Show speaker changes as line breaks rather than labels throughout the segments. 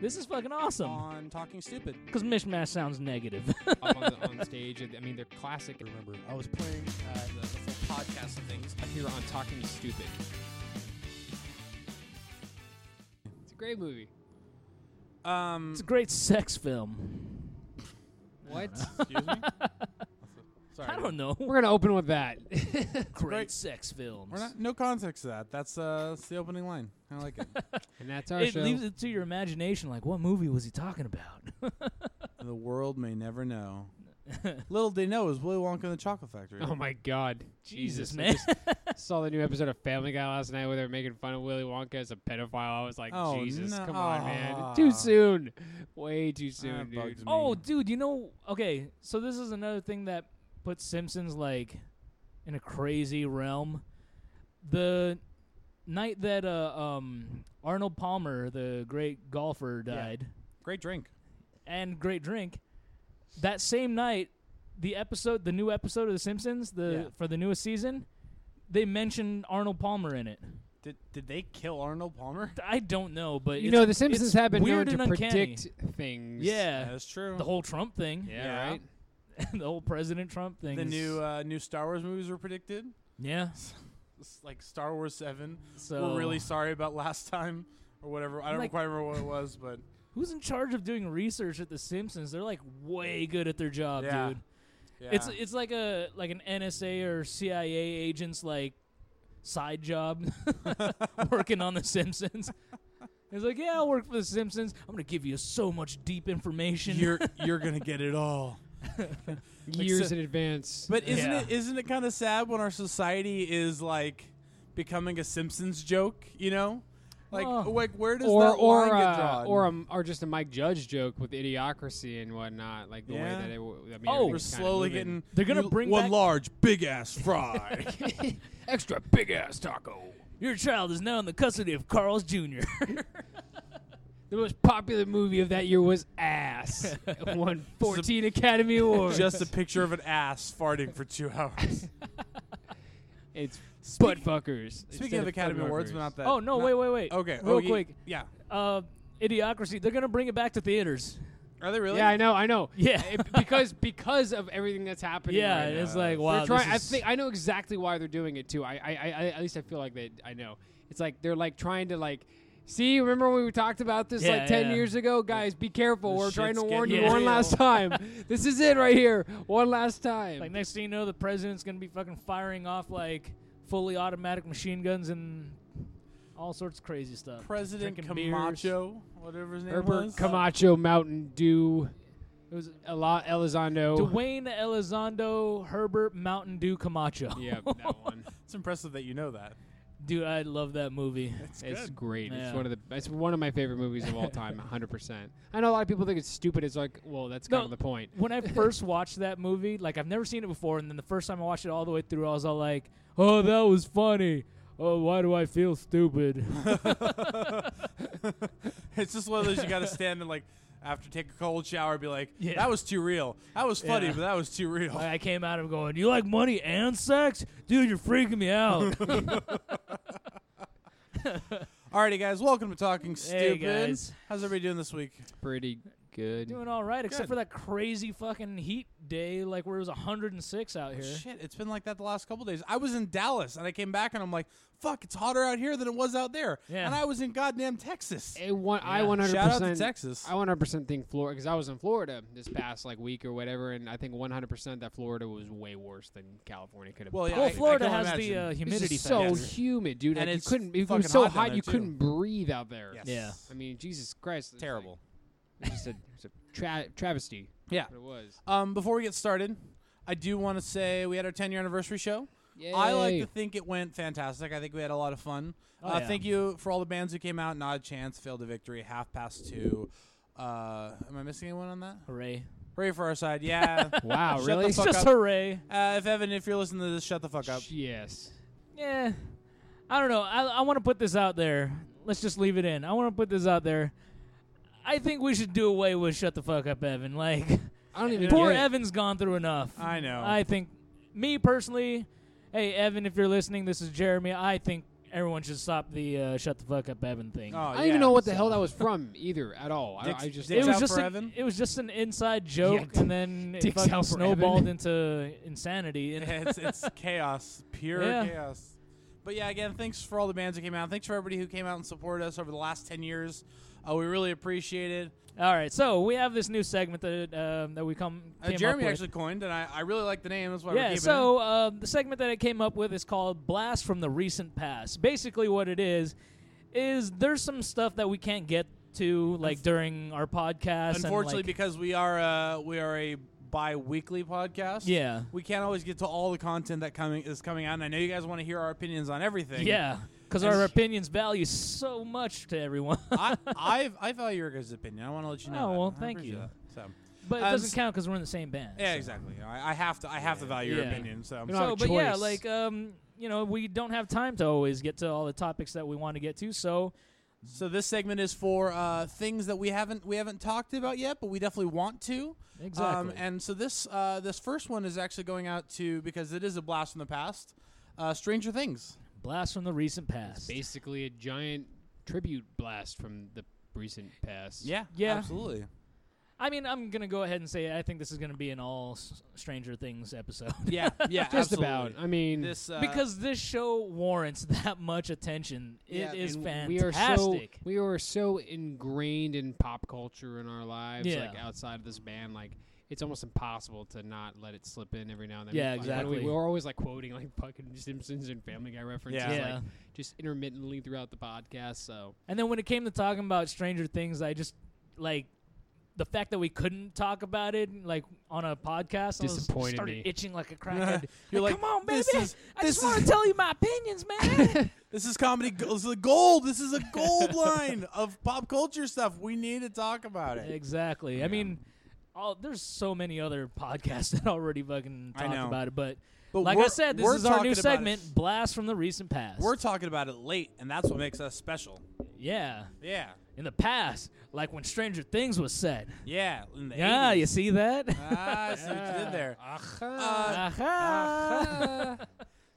This is fucking awesome.
on Talking Stupid.
Because mishmash sounds negative.
up on, the, on stage. I mean, they're classic.
I remember I was playing uh, the, the full podcast of things.
here on Talking Stupid. It's a great movie.
Um,
it's a great sex film.
What?
excuse me. Sorry,
I don't know.
We're gonna open with that.
Great,
Great.
sex films.
We're not, no context to that. That's uh, that's the opening line. I like it.
and that's our
it
show.
leaves it to your imagination. Like, what movie was he talking about?
the world may never know. Little they know is Willy Wonka and the Chocolate Factory.
Oh my God, Jesus,
Jesus,
I
man.
just saw the new episode of Family Guy last night where they were making fun of Willy Wonka as a pedophile. I was like,
Oh,
Jesus,
no.
come on, man,
Ah.
too soon, way too
Ah,
soon, dude.
bugs me.
oh, dude, you know. Okay, so this is another thing that puts Simpsons like in a crazy realm. The night that uh, um, Arnold Palmer, the great golfer,
Yeah.
died,
Great drink.
and Great Drink, that same night, the episode, the new episode of The Simpsons, the
Yeah.
for the newest season, they mentioned Arnold Palmer in it.
Did did they kill Arnold Palmer?
I don't know, but
You
it's-
know, The Simpsons
it's
have been known
weird
to
and uncanny.
predict things.
Yeah,
That's true.
the whole Trump thing,
yeah,
Yeah.
right.
the whole President Trump thing.
the
is-
new uh, new Star Wars movies were predicted.
yeah.
It's like Star Wars Seven.
So
We're really sorry about last time or whatever. I don't
Like-
quite remember what it was, but
who's in charge of doing research at The Simpsons? They're like way good at their job,
Yeah.
dude.
yeah.
It's it's like a like an NSA or CIA agent's like side job working on The Simpsons. It's like, yeah, I'll work for The Simpsons. I'm gonna give you so much deep information.
you're you're gonna get it all.
Years
so-
in advance.
But isn't
Yeah.
it isn't it kind of sad when our society is like becoming a Simpsons joke? You know, like
Oh.
like where does
or
that
or
line get
uh,
drawn?
or a, or just a Mike Judge joke with idiocracy and whatnot, like the way
Yeah.
that it. W- I mean,
Oh.
everything's
we're
kinda
slowly
moving.
getting.
They're gonna
you
bring
one
back-
large big ass fry.
extra big ass taco.
Your child is now in the custody of Carl's Jr.
The most popular movie of that year was Ass. It won 14 Academy Awards.
Just a picture of an ass farting for two hours.
it's
Speak-
butt fuckers.
Speaking of Academy Awards, but not that.
oh no!
not-
Wait, wait, wait.
Okay,
real
oh, ye-
quick.
Yeah,
Uh, Idiocracy. They're gonna bring it back to theaters.
are they really?
Yeah, I know, I know.
Yeah.
It- because because of everything that's happening.
Yeah,
right now.
it's like
They're
wow.
trying-
this
I
is-
think I know exactly why they're doing it too. I, I, I, I- at least I feel like they, I know. It's like they're like trying to like, see, remember when we talked about this
Yeah,
like ten
yeah.
years ago, guys? Be careful.
This
We're trying to
shit's
warn you
getting
one
real.
last time. this is it right here. One last time.
like next thing you know, the president's gonna be fucking firing off like fully automatic machine guns and all sorts of crazy stuff.
President
Drinking beers.
Camacho, whatever his name
Herbert
was.
Camacho, Mountain Dew,
It was
Ela- Elizondo.
Oh.
Dwayne Elizondo, Herbert Mountain Dew Camacho.
Yeah, that one.
It's impressive that you know that.
dude, I love that movie.
It's,
It's
good.
great.
Yeah.
It's one of the. It's one of my favorite movies of all time. 100. percent I know a lot of people think it's stupid. It's like, well, that's kind
No.
of the point.
When I first watched that movie, like I've never seen it before, and then the first time I watched it all the way through, I was all like, "Oh, that was funny." Oh, why do I feel stupid?
It's just one of those you got to stand and like after take a cold shower, be like,
Yeah.
that was too real. That was funny,
Yeah.
but that was too real.
Like, I came out of it going, "You like money and sex, dude? You're freaking me out."
Alrighty, guys, welcome to Talking
Hey,
Stupid.
guys.
How's everybody doing this week?
Pretty good.
Doing all right, except
Good.
for that crazy fucking heat day, like where it was 106 out here.
Shit, it's been like that the last couple days. I was in Dallas and I came back and I'm like, fuck, it's hotter out here than it was out there.
Yeah.
And I was in goddamn Texas.
It one, I
Yeah.
100.
Shout out to
percent
Texas.
I 100 percent think Florida because I was in Florida this past like week or whatever, and I think 100 percent that Florida was way worse than California could have.
Well,
been.
yeah,
well,
I- I
Florida
can
has
imagine.
the uh,
It's just
humidity
so
factor.
humid, dude.
And
Like, you
it's
couldn't. It
fucking
was so
hot down
hot,
there,
you
too.
couldn't breathe out there.
Yes.
Yeah.
I mean, Jesus Christ, it's
Terrible.
Like, it's just a, it's a tra- travesty.
Yeah.
What it was.
Um, before we get started, I do want to say we had our 10 year anniversary show. I like
Yay.
to think it went fantastic. I think we had a lot of fun.
Oh,
uh,
yeah.
Thank you for all the bands who came out. Not a chance, failed to victory, half past two. Uh, am I missing anyone on that?
Hooray!
Hooray for our side. Yeah.
Wow,
Shut the
really?
It's
fuck
just
up.
hooray.
uh, if Evan, if you're listening to this, shut the fuck up.
Yes.
Yeah, I don't know. I, I want to put this out there. Let's just leave it in. I want to put this out there. I think we should do away with shut the fuck up, Evan. Like,
I don't even.
poor
get it.
Evan's gone through enough.
I know.
I think, me personally, hey Evan, if you're listening, this is Jeremy. I think everyone should stop the uh, shut the fuck up Evan thing.
Oh,
I don't even
yeah,
know what the
so-
hell that was from either at all. I,
Dick's-
I just
it
Dick's
was
out
just
for
a-
Evan?
it was just an inside joke,
Yeah.
and then it
Dick's
fucking
out for
snowballed
Evan.
into insanity. And
Yeah, it's it's chaos, pure
Yeah.
chaos. But yeah, again, thanks for all the bands that came out. Thanks for everybody who came out and supported us over the last ten years. Uh, we really appreciate it.
all right, so we have this new segment that um, that we come
Uh,
came
Jeremy
up with.
actually coined, and I, I really like the name. That's why we're
Yeah,
keeping it.
so uh, the segment that I came up with is called Blast from the Recent Past. Basically, what it is, is there's some stuff that we can't get to, like, during our podcast. and,
Unfortunately,
like-
because we are uh, we are a bi-weekly podcast.
Yeah.
we can't always get to all the content that coming is coming out. And I know you guys want to hear our opinions on everything.
Yeah, because
And-
our opinions value so much to everyone.
I I, I value your guys' opinion. I want to let you know.
Oh,
that.
well,
I
thank
appreciate
you.
that. So
but it
Um,
doesn't
s-
count because we're in the same band.
yeah,
so.
exactly. You know, I, I have to I have to value your
Yeah.
opinion. So
You don't have
So,
a
but yeah,
choice.
like, um, you know, we don't have time to always get to all the topics that we want to get to. So,
So this segment is for uh, things that we haven't we haven't talked about yet, but we definitely want to. Um,
Exactly.
and so this uh, this first one is actually going out to because it is a blast from the past. Uh, Stranger Things.
blast from the recent past.
basically a giant tribute blast from the recent past.
Yeah.
absolutely.
I mean, I'm gonna go ahead and say I think this is gonna be an all S- Stranger Things episode.
Yeah, yeah,
just
absolutely.
about. I mean,
This uh,
because this show warrants that much attention.
Yeah,
It is
and
fantastic.
We are so we are so ingrained in pop culture in our lives,
Yeah.
like outside of this band, like it's almost impossible to not let it slip in every now and then.
Yeah,
Like, when
exactly.
We, we're always like quoting like fucking Simpsons and Family Guy references,
Yeah.
yeah.
like just intermittently throughout the podcast. So
and then when it came to talking about Stranger Things, I just like the fact that we couldn't talk about it like on a podcast. I was-
Disappointed
started
me.
itching like a crackhead.
You're like,
come on, baby!
this is-
I
this
just want to
is-
tell you my opinions, man.
this is comedy. go- This is a gold. This is a gold line of pop culture stuff. We need to talk about it.
exactly. I mean. All, there's so many other podcasts that already fucking
I
talk
know.
about it, but
But
like I
we're-
said, this
we're
is our
talking
new
about it-
segment, Blast from the Recent Past.
We're talking about it late, and that's what makes us special.
yeah,
Yeah,
in the past, like when Stranger Things was set.
yeah. In the
Yeah,
80s.
you see that?
Ah, I see what you did there. Uh,
Aha.
Ah. To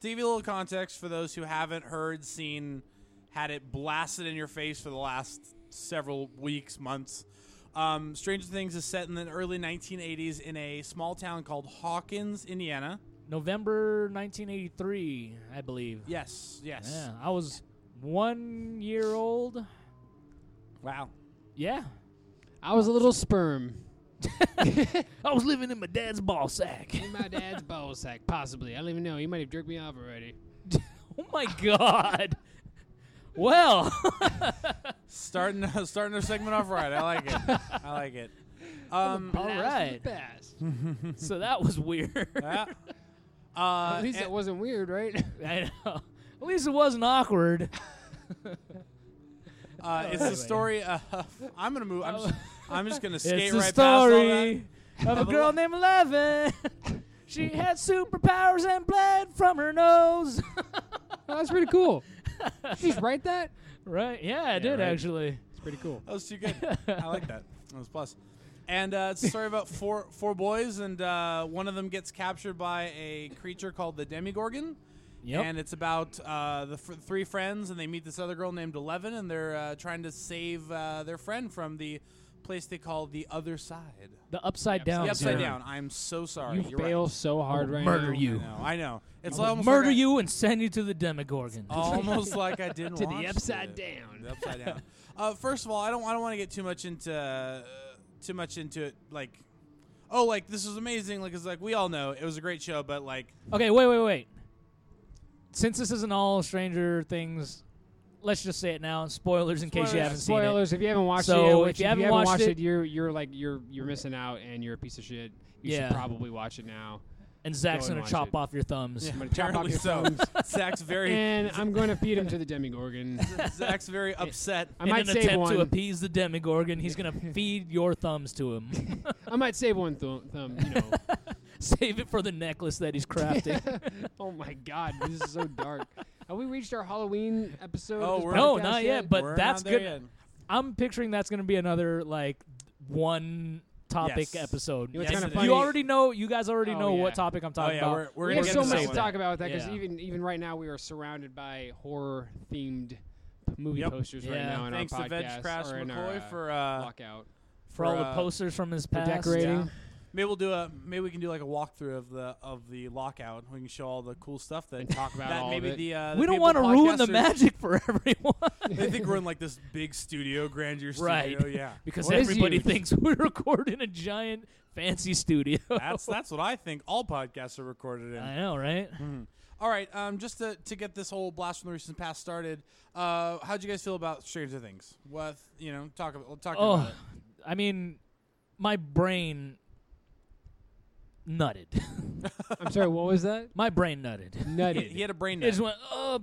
give you a little context for those who haven't heard, seen, had it blasted in your face for the last several weeks, months, um, Stranger Things is set in the early 1980s in a small town called Hawkins, Indiana.
November 1983, I believe.
Yes, yes.
Yeah, I was one year old.
Wow.
Yeah.
I was a little sperm
I was living in my dad's ball sack.
in my dad's ball sack, possibly. I don't even know. He might have jerked me off already.
oh my god. Well,
Starting starting our segment off right. I like it. I like it. Um,
All
Blast from the
right.
past.
so that was weird.
yeah. Uh,
At least
and-
that wasn't weird, right?
I know. At least it wasn't awkward.
Uh, it's the
anyway.
story of. I'm gonna move. I'm just, I'm just gonna skate
it's the
right
story of a
Of a
girl
lo-
named Eleven. she had superpowers and bled from her nose.
Oh, that's pretty cool. Did you just write that?
right? Yeah, I did
right.
actually.
It's pretty cool.
That was too good. I like that. That was plus. And uh, it's a story about four four boys, and uh, one of them gets captured by a creature called the Demigorgon.
Yep.
And it's about uh, the f- three friends, and they meet this other girl named Eleven, and they're uh, trying to save uh, their friend from the place they call the other side.
the upside
The
down.
the upside
dude.
down. I'm so sorry.
You
You're
fail
right.
so hard right
murder
now.
you.
I know. I know. It's
I'll
almost
murder
like I-
you and send you to the Demogorgon.
almost like I didn't
To the
watch
upside
it.
down.
The upside down. Uh, first of all, I don't I don't want to get too much into uh, too much into it. Like, oh, like this was amazing. Like, it's like we all know it was a great show, but like,
okay, wait, wait, wait. Since this isn't all Stranger Things, let's just say it now. Spoilers in case you
Spoilers.
haven't seen it.
Spoilers. If you haven't watched
So,
it, yet,
if
which
you haven't
watched,
watched
it,
it-
you're you're like you're you're missing out, and you're a piece of shit. You
Yeah.
should probably watch it now.
And Zach's
Go
gonna
and watch
chop
it.
off your thumbs.
I'm gonna chop off
apparently
your
so.
thumbs,
Zach's very
and I'm going to feed him to the Demigorgon.
Zach's very upset.
I
In
might
an
save
attempt to
one.
appease the Demogorgon, he's gonna feed your thumbs to him.
I might save one thu- thumb. You know.
Save it for the necklace that he's crafting.
oh my God, this is so dark. Have we reached our Halloween episode? of
Oh,
this
we're-
no,
podcast
not yet. But
We're
that's
not there
good.
yet.
I'm picturing that's gonna be another like one topic
Yes.
episode.
You know, it's
Yes,
kinda
it is.
funny.
You already know. You guys already
Oh,
know
yeah.
what topic I'm
Oh
talking
yeah,
about.
we're we're
we
gonna
have
get
so
into
much
that
to
one.
talk about with that because
Yeah.
even even right now we are surrounded by horror themed movie
Yep.
posters right
Yeah.
now in
Thanks
our
to
podcast
Veg Crash
or in
McCoy
our, uh,
for uh,
walkout.
for all
for,
the
uh,
posters from his
The
past.
decorating.
yeah. Maybe we'll do a maybe we can do like a walkthrough of the of the lockout. We can show all the cool stuff that
And talk about
that
all of
maybe
it.
the uh,
We
the
don't
want to
ruin the magic for everyone
They think we're in like this big studio, grandeur studio.
Right.
Yeah,
because
What is
everybody
huge?
thinks we record in a giant fancy studio.
that's that's what I think. All podcasts are recorded in.
I know, right?
All right, um, just to, to get this whole blast from the recent past started, uh, how'd you guys feel about Stranger Things? What you know, talk about talk
Oh,
about it.
I mean, my brain nutted.
I'm sorry, what was that?
my brain nutted.
He,
Nutted.
he had a brain
It
net
just went uh,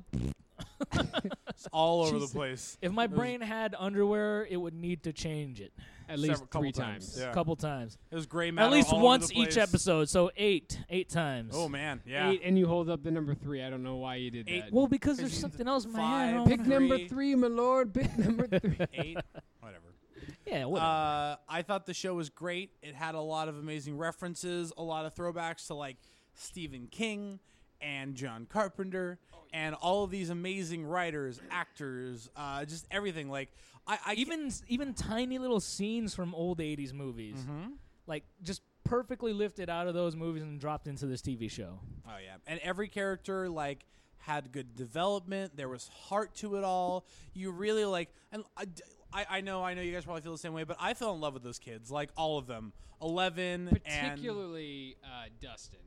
It's all over
Jesus.
the place.
If my
Mm.
was-
brain had underwear, it would need to change it
At least
Several- couple
three
times,
times.
yeah.
a couple times,
It was gray matter.
at least
all over
once
the
each
place.
episode. So eight, eight times.
Oh man, yeah.
Eight, and you hold up the number three. I don't know why you did
Eight.
that.
Well, because
Because
there's
you-
something else in my head. I
five-
don't
Pick
know.
number
Three.
three, my lord. Pick number three.
Eight, whatever.
Yeah, whatever.
Uh, I thought the show was great. It had a lot of amazing references, a lot of throwbacks to like Stephen King and John Carpenter and all of these amazing writers, actors, uh, just everything. Like I, I
even even tiny little scenes from old '80s movies,
Mm-hmm.
like just perfectly lifted out of those movies and dropped into this TV show.
Oh yeah, and every character like had good development. There was heart to it all. You really like, and I, I, I know, I know you guys probably feel the same way, but I fell in love with those kids, like all of them, eleven, and
Particularly uh, Dustin.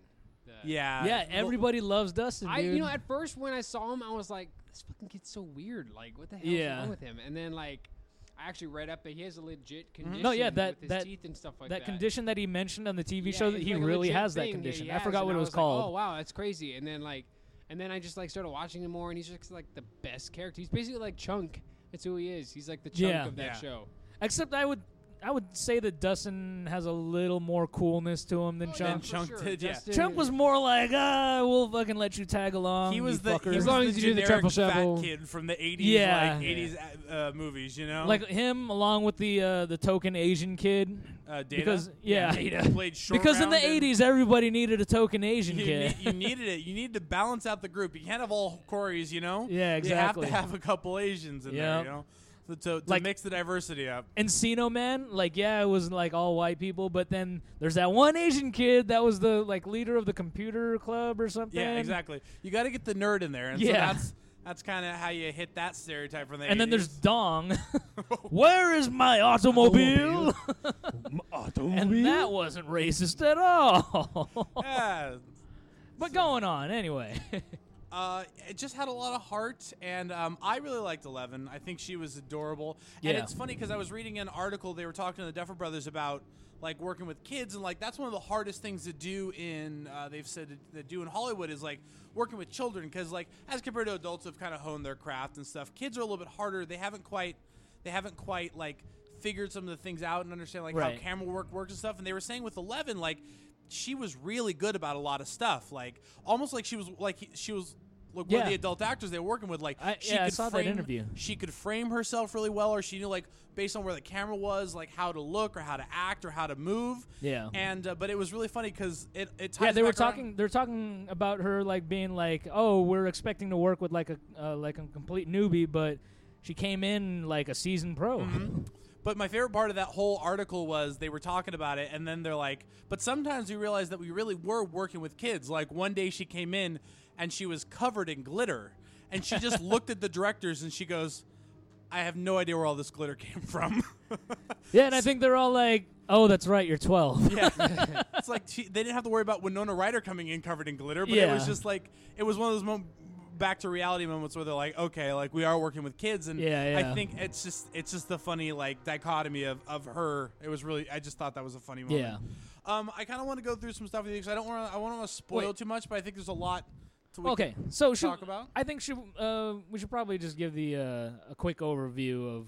The,
yeah,
yeah,
Well,
everybody loves Dustin.
I you
dude.
know at first when I saw him I was like this fucking kid's so weird like what the hell is
Yeah.
wrong with him and then like I actually read up that he has a legit condition
Mm-hmm. No, yeah, that-
with his
that-
teeth and stuff like
that
that
condition that he mentioned on the TV
Yeah,
show
it's
that he
like a
really
legit
has that
thing
condition.
he
I
has,
forgot
and
what it
I
was,
like,
called.
oh wow that's crazy and then like and then I just like started watching him more and he's just like the best character he's basically like Chunk that's who he is he's like the Chunk
Yeah.
of that
Yeah.
show
Except I would I would say that Dustin has a little more coolness to him than
Oh, yeah,
Chunk.
Then
for
Chunk
sure.
did, yeah.
Dustin-
Chunk was more like, ah, we'll fucking let you tag along.
He was
you
the
fucker."
he
As
was
long
the
as you do the
generic
triple
fat
shovel.
kid from the eighties,
Yeah.
like eighties uh, movies, you know,
like him along with the uh, the token Asian kid.
uh, Data.
because- yeah.
Data played short
Because in the
round and-
'80s, everybody needed a token Asian
You,
kid.
need, you needed it. You need to balance out the group. You can't have all Corys, you know.
Yeah, exactly.
You have to have a couple Asians in there,
Yep.
you know, so to, to
Like-
mix the diversity up.
Encino Man, like yeah, it was like all white people, but then there's that one Asian kid that was the like leader of the computer club or something.
Yeah, exactly. You got to get the nerd in there, and so
Yeah.
that's that's kind of how you hit that stereotype from the.
And then there's
80s.
Dong. Where is my automobile? and that wasn't racist at all.
yeah,
but going on anyway.
uh, it just had a lot of heart, and um, I really liked Eleven. I think she was adorable. And
Yeah.
it's funny because I was reading an article they were talking to the Duffer Brothers about like working with kids, and like that's one of the hardest things to do in uh, they've said to- to do in Hollywood is like working with children because like as compared to adults who've kind of honed their craft and stuff, kids are a little bit harder. They haven't quite they haven't quite like figured some of the things out and understand like how
Right.
camera work works and stuff. And they were saying with Eleven like. She was really good about a lot of stuff, like almost like she was like he- she was like one of
Yeah.
the adult actors they were working with. Like
I-
she
yeah, I
could
saw that
frame,
interview.
She could frame herself really well, or she knew like based on where the camera was, like how to look or how to act or how to move.
Yeah.
And uh, but it was really funny because it it ties
yeah, they were
back around-
talking they're talking about her like being like, "Oh, we're expecting to work with like a uh, like a complete newbie, but she came in like a seasoned pro."
Mm-hmm. But my favorite part of that whole article was they were talking about it, and then they're like, "But sometimes we realized that we really were working with kids." Like one day she came in and she was covered in glitter, and she just looked at the directors and she goes, "I have no idea where all this glitter came from."
Yeah, and I think they're all like, "Oh, that's right, you're 12."
Yeah, it's like she, they didn't have to worry about Winona Ryder coming in covered in glitter, but it was
Yeah.
just like it was one of those mom- back to reality moments where they're like, okay, like we are working with kids, and
Yeah,
I
yeah.
think it's just it's just the funny like dichotomy of of her. It was really I just thought that was a funny moment.
Yeah.
Um, I kind of want to go through some stuff with you because I don't want to I want to spoil
Wait.
too much, but I think there's a lot. To we
okay,
can
so should,
talk about.
I think should, uh, we should probably just give the uh, a quick overview of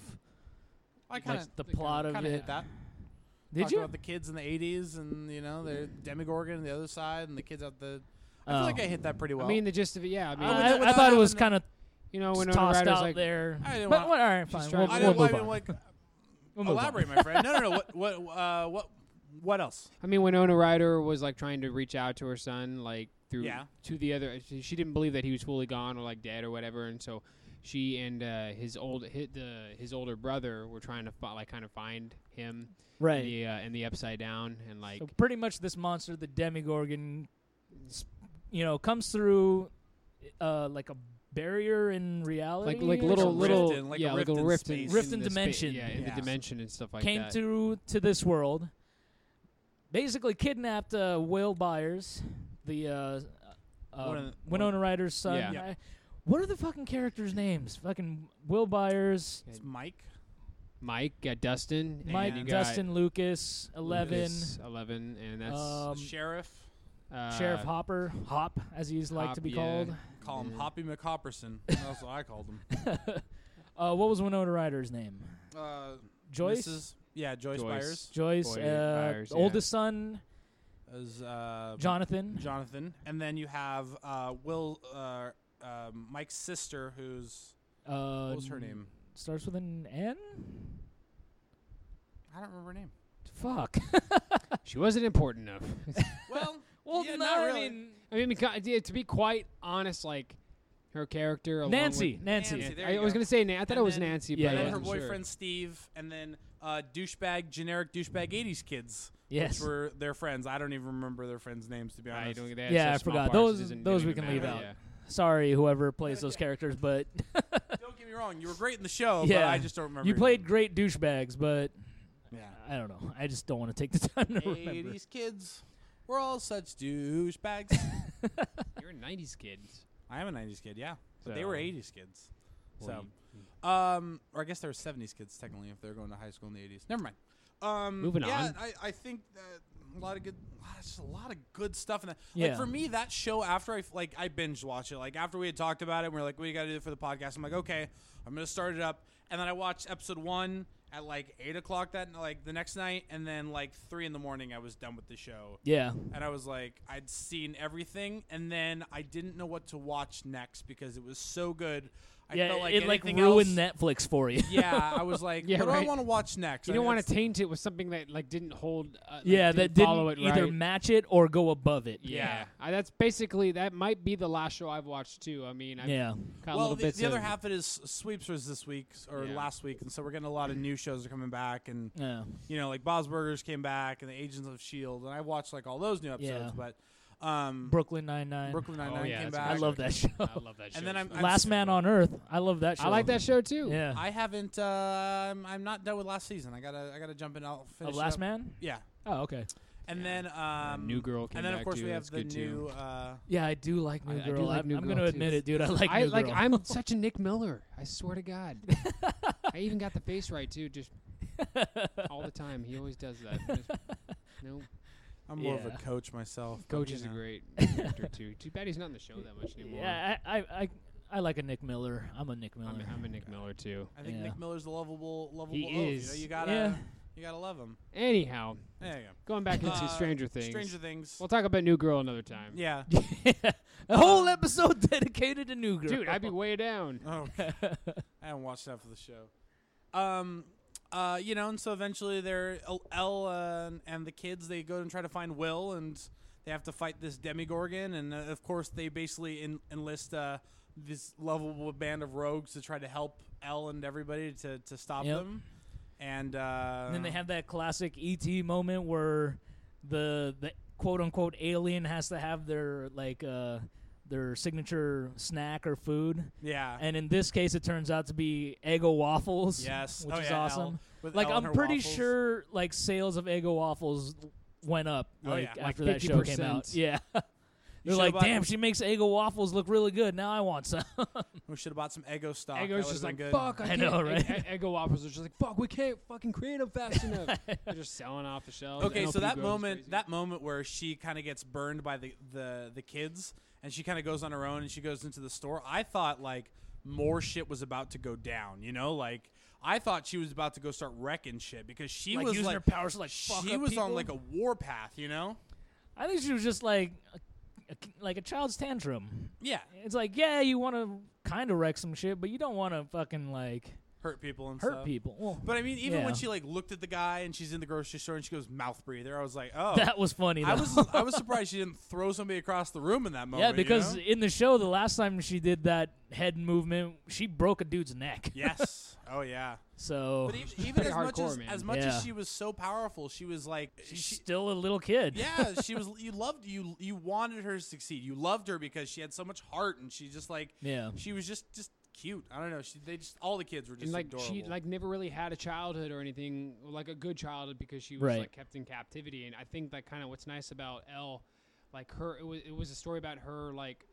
I kind of
like the plot of
kind of
it.
hit that.
Did
Talked
you?
about the kids in the '80s, and you know, the Demogorgon on the other side, and the kids out the. I
Oh.
feel like I hit that pretty well.
I mean the gist of it yeah I mean
I,
without-
I thought it was
without-
kind of
you know when
tossed
Ryder's
out
like
there.
I didn't
But
want-
what- all right,
She's
fine.
trying
We'll,
to-
I
we'll
didn't,
move
I
on.
didn't like
We'll move on.
elaborate, my friend. No, no, no. What, what, uh, what? What else?
I mean, Winona Ryder was like trying to reach out to her son, like through
Yeah.
to the other. She, she didn't believe that he was fully gone or like dead or whatever, and so she and uh, his old his, the, his older brother were trying to fi- like kind of find him in
Right.
the uh, in the upside down and like
So pretty much this monster, the Demigorgon, s- you know, comes through uh, like a barrier in reality.
like like
or
little
rift
something.
little
in- like a
yeah
rift
like a
in
rift
space.
in,
Rift in
the spa-
dimension.
yeah in
Yeah.
the dimension and stuff like
came
that.
through to this world, basically kidnapped uh, Will Byers, the uh, uh,
One of the-
Winona Ryder's son.
Yeah.
Yeah.
I- what are the fucking characters' names? Fucking Will Byers,
It's Mike.
Mike got Dustin and
Mike,
you got
Dustin, Lucas, Eleven,
Lucas, eleven and that's
um,
the sheriff.
uh,
Sheriff Hopper, Hop as he's like
Hop,
to be
yeah.
called.
Call him
Yeah.
Hoppy McHopperson. That's what I called him.
Uh, what was Winona Ryder's name?
Uh,
Joyce.
Mrs. Yeah, Joyce,
Joyce.
Byers.
Joyce,
Boyd
uh,
Byers, yeah.
oldest son
As, uh,
Jonathan,
Jonathan. And then you have uh, Will, uh, uh, Mike's sister, who's.
uh,
What was her name?
Starts with an N.
I don't remember her name.
Fuck.
She wasn't important enough.
Well,
Well,
Yeah,
no,
not
I
really.
mean,
I mean, because, yeah, to be quite honest, like her character, along
Nancy,
with-
Nancy,
Nancy. There
I
you
was
go.
gonna say, Nan- I thought
And
it was
then-
Nancy,
Yeah,
but
and
I
then
yeah.
her
wasn't sure.
boyfriend Steve, and then uh, douchebag, generic douchebag '80s kids,
Yes.
which were their friends. I don't even remember their friends' names to be honest.
I don't, that's
Yeah,
so
I
small
forgot.
parts, it
Those-
doesn't-
those
doesn't
we
even
can leave
matter,
out. Sorry, whoever plays those
Okay.
characters, but
Don't get me wrong, you were great in the show, but
Yeah.
I just don't remember.
you
your
played
name.
great douchebags. But
Yeah.
I don't know. I just don't want to take the time to remember.
'80s kids, we're all such douchebags.
Yeah. You're a '90s kid.
I am a '90s kid, yeah, but they were
So-
'80s kids.
Well,
So, um, or I guess they were '70s kids technically if they're going to high school in the '80s. Never mind. Um,
Moving
yeah,
on.
I, I think that a lot of good, lot- just a lot of good stuff in that. Like
Yeah.
for me, that show after I f- like I binge watched it. Like after we had talked about it, we were like, we got to do it for the podcast. I'm like, okay, I'm gonna start it up, and then I watched episode one at like eight o'clock that like the next night, and then like three in the morning, I was done with the show
Yeah,
and I was like, I'd seen everything, and then I didn't know what to watch next because it was so good. I
yeah.
felt like
it like
anything
ruined
else,
Netflix for you.
Yeah, I was like,
Yeah,
what do I
right.
want to watch next?
you
I
don't
mean,
want to
that's-
taint it with something that like didn't hold. Uh, like,
yeah, that didn't
follow it
either
right.
match it or go above it.
yeah,
Yeah.
I, that's basically that might be the last show I've watched too. I mean, I've
yeah.
caught
well,
little
the,
bits.
the other
of-
half of it is sweeps was this week or
Yeah.
last week, and so we're getting a lot of new shows that are coming back, and
Yeah.
you know, like Bob's Burgers came back, and the Agents of Shield, and I watched like all those new episodes,
Yeah.
but um,
Brooklyn Nine Nine.
Brooklyn Nine
Oh,
Nine
yeah,
came
that's a
back.
I
great
love that show.
I love that show.
And then I'm-
Last Man on Earth. I love that show.
I like that show too.
Yeah.
I haven't. Uh, I'm, I'm not done with last season. I gotta. I gotta jump in. I'll finish.
of
it
Last
up.
Man.
Yeah.
Oh, okay.
And
Yeah.
then um,
New Girl came
and then
back,
of course
too.
we have
That's
the
good, too.
new. Uh,
Yeah, I do like New
I- I do
Girl.
like
I'm-
New
I'm
Girl,
gonna
too.
admit it, dude. I like
I
New
like
Girl.
I'm such a Nick Miller. I swear to God. I even got the face right too, just all the time. He always does that. Just- no,
I'm more of
Yeah.
a coach myself. but,
coach
you
is a
know.
great actor too. Too bad he's not in the show that much anymore.
Yeah, I, I, I, I like a Nick Miller. I'm a Nick Miller.
I'm, I'm a Nick Miller too.
I think
Yeah.
Nick Miller's the lovable, lovable.
He
oaf, You, know,
is.
you gotta,
Yeah.
you gotta love him.
Anyhow,
There you go.
going back into
Uh,
Stranger Things.
Stranger Things.
We'll talk about New Girl another time.
yeah.
a whole episode dedicated to New Girl.
Dude, I'd be way down.
Oh, I haven't watched that for the show. Um, uh, you know, and so eventually they're El- El uh, and the kids. They go and try to find Will, and they have to fight this demigorgon, and uh, of course they basically en- enlist uh, this lovable band of rogues to try to help El and everybody to to stop
Yep.
them. And, uh,
And then they have that classic ET moment where the the quote unquote alien has to have their like uh their signature snack or food.
yeah.
And in this case, it turns out to be Eggo waffles.
Yes,
which
Oh,
is
yeah, Elle
awesome.
with
Like
Elle and
I'm
her
pretty
waffles.
sure like sales of Eggo waffles went up
Oh,
like
yeah. Like
after that show came out.
50%.
Yeah. They're
should've
like,
bought-
damn, she makes Eggo waffles look really good. Now I want some.
we should have bought some Eggo stock. That
Eggo's
would've
just
been
like,
good.
fuck, I,
I
can't.
know, right?
E- E- Eggo Whoppers are just like, fuck, we can't fucking create them fast enough. They're just selling off the shelves.
Okay,
NLP
so that
grows
moment,
crazy.
that moment where she kind of gets burned by the the the kids, and she kind of goes on her own, and she goes into the store. I thought like more shit was about to go down. You know, like I thought she was about to go start wrecking shit because she
Like,
was
using
like
her powers to, like, fuck
she
up
was on
people?
like a war path. You know?
I think she was just like a, a, like a child's tantrum.
Yeah.
It's like, yeah, you want to kind of wreck some shit, but you don't want to fucking like
hurt people and
hurt
stuff.
people. Well,
But I mean, even when
Yeah.
she like looked at the guy and she's in the grocery store and she goes mouth breather, I was like, oh,
that was funny. Though.
I was I was surprised she didn't throw somebody across the room in that moment.
yeah,
you
because
know?
in the show, the last time she did that head movement, she broke a dude's neck.
yes, oh yeah.
So
But e-, even, even
pretty
as much
hardcore,
as
man.
as much
Yeah.
as she was so powerful, she was like,
she's
she,
still a little kid.
yeah, she was. You loved you. You wanted her to succeed. You loved her because she had so much heart, and she just like
Yeah.
she was just just cute. I don't know. She they just all the kids were just
and like
adorable.
she like never really had a childhood or anything like a good childhood because she was
Right.
like kept in captivity and i think that kind of what's nice about elle like her it was, it was a story about her like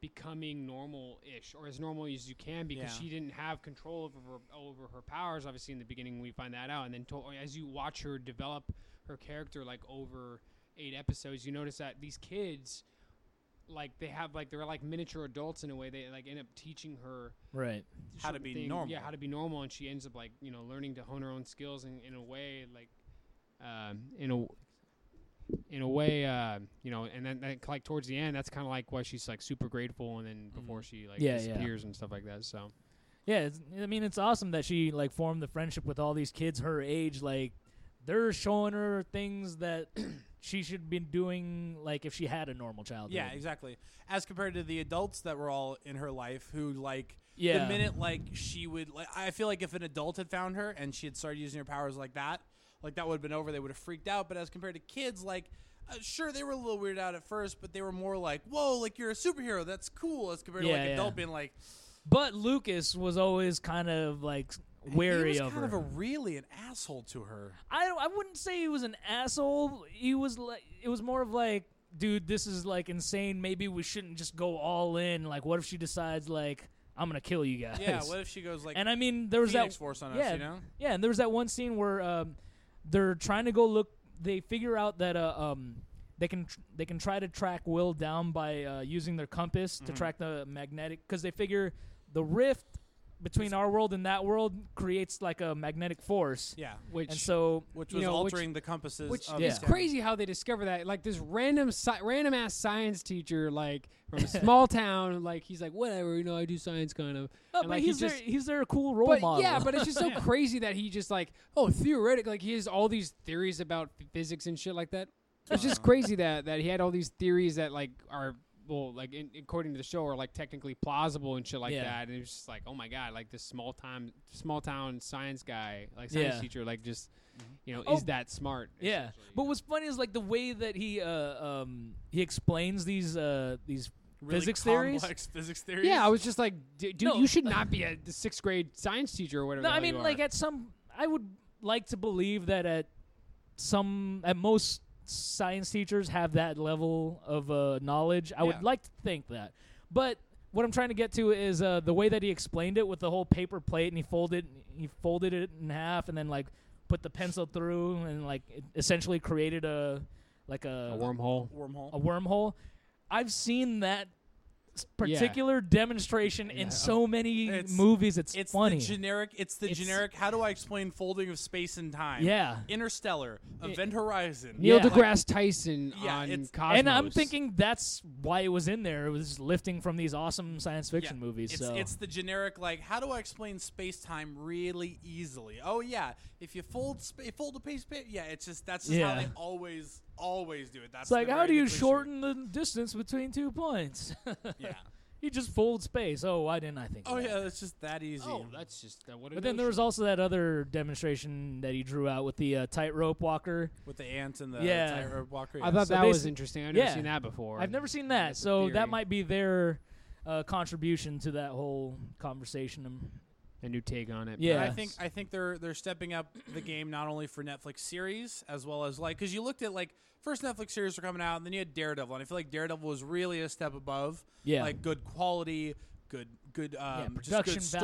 becoming normal-ish or as normal as you can because
Yeah.
she didn't have control over her, over her powers obviously in the beginning we find that out and then to, as you watch her develop her character like over eight episodes you notice that these kids like they have like they're like miniature adults in a way they like end up teaching her
Right.
How to
certain
be
thing-
normal.
Yeah, how to be normal, and she ends up like you know learning to hone her own skills in, in a way like, um, in a in a way, uh, you know, and then like, like towards the end, that's kind of like why she's like super grateful, and then before she like
Yeah, yeah.
disappears and stuff like that. So
Yeah. It's, I mean, it's awesome that she like formed the friendship with all these kids her age. Like, they're showing her things that she should be doing. Like, if she had a normal childhood.
yeah, exactly. As compared to the adults that were all in her life, who like
Yeah.
the minute like she would like, I feel like if an adult had found her and she had started using her powers like that, like that would have been over. They would have freaked out. But as compared to kids, like. Uh, sure, they were a little weirded out at first, but they were more like, "Whoa, like you're a superhero. That's cool." As compared
Yeah,
to like
yeah.
adult being like,
But Lucas was always kind of like wary
he was
of
kind
her.
of a really an asshole to her.
I I wouldn't say he was an asshole. He was like it was more of like, dude, this is like insane. Maybe we shouldn't just go all in. Like, what if she decides like I'm gonna kill you guys?
Yeah, what if she goes like
and I mean, there was
Phoenix
that
Force on us,
yeah,
you know?
Yeah, and there was that one scene where um, they're trying to go look. They figure out that uh, um, they can tr- they can try to track Will down by uh, using their compass to track the magnetic because they figure the rift between our world and that world creates like a magnetic force.
yeah,
which
And so
which
You
was
know, which-
altering the compasses.
which
of
yeah.
is
the-
crazy how they discover that like this random sci- random ass science teacher like from a small town like he's like whatever you know I do science kind of
Oh,
and
but
like
he's,
he just
their, he's their cool role
but
model.
yeah, but it's just so crazy that he just like oh theoretic like he has all these theories about f- physics and shit like that. It's just crazy that that he had all these theories that like are well like in, according to the show are like technically plausible and shit like
Yeah.
that. And it's just like oh my god, like this small time small town science guy like science
Yeah.
teacher like just you know
Oh.
is that smart?
yeah.
essentially.
But what's funny is like the way that he uh, um, he explains these uh, these
really
physics
complex
theories.
Physics theories.
yeah, I was just like, d- dude,
No.
you should not be a sixth grade science teacher or whatever.
No,
the
I
hell
mean
you
like
are.
at some I would like to believe that at some at most science teachers have that level of uh, knowledge. I
Yeah.
would like to think that. But what I'm trying to get to is uh, the way that he explained it with the whole paper plate and he folded he folded it in half and then like put the pencil through and like it essentially created a like a,
a wormhole.
wormhole.
a wormhole. I've seen that s- particular demonstration in so many
It's-
movies. It's,
It's
funny.
the generic. It's the
It's-
generic. How do I explain folding of space and time?
Yeah.
Interstellar, Event Horizon.
Neil
Yeah. Like-
deGrasse Tyson
Yeah,
on
it's-
Cosmos.
And I'm thinking that's why it was in there. It was lifting from these awesome science
Yeah.
fiction movies.
It's,
so
it's the generic like how do I explain space time really easily? Oh yeah, if you fold sp- fold a pace, pa- yeah, it's just that's just how
Yeah.
they always always do it. That's
It's like,
the
how
very-
do
the
you
cliche.
shorten the distance between two points?
Yeah.
you just fold space. Oh, why didn't I think? of
Oh
that?
yeah, it's just that easy.
Oh, that's just uh, what. a
But then there
notion.
was also that other demonstration that he drew out with the uh, tightrope walker.
with the ant and the
Yeah.
tightrope walker.
I
yeah.
thought
So
that was
basi-
interesting. I've never
yeah.
seen that before.
I've never seen that,
That's a
so
theory.
that might be their uh, contribution to that whole conversation. Um,
a new take on it.
Yeah.
I think I think they're they're stepping up the game not only for Netflix series as well as like because you looked at like first Netflix series were coming out and then you had Daredevil and I feel like Daredevil was really a step above.
Yeah.
like good quality, good good um,
yeah,
just
production
good story,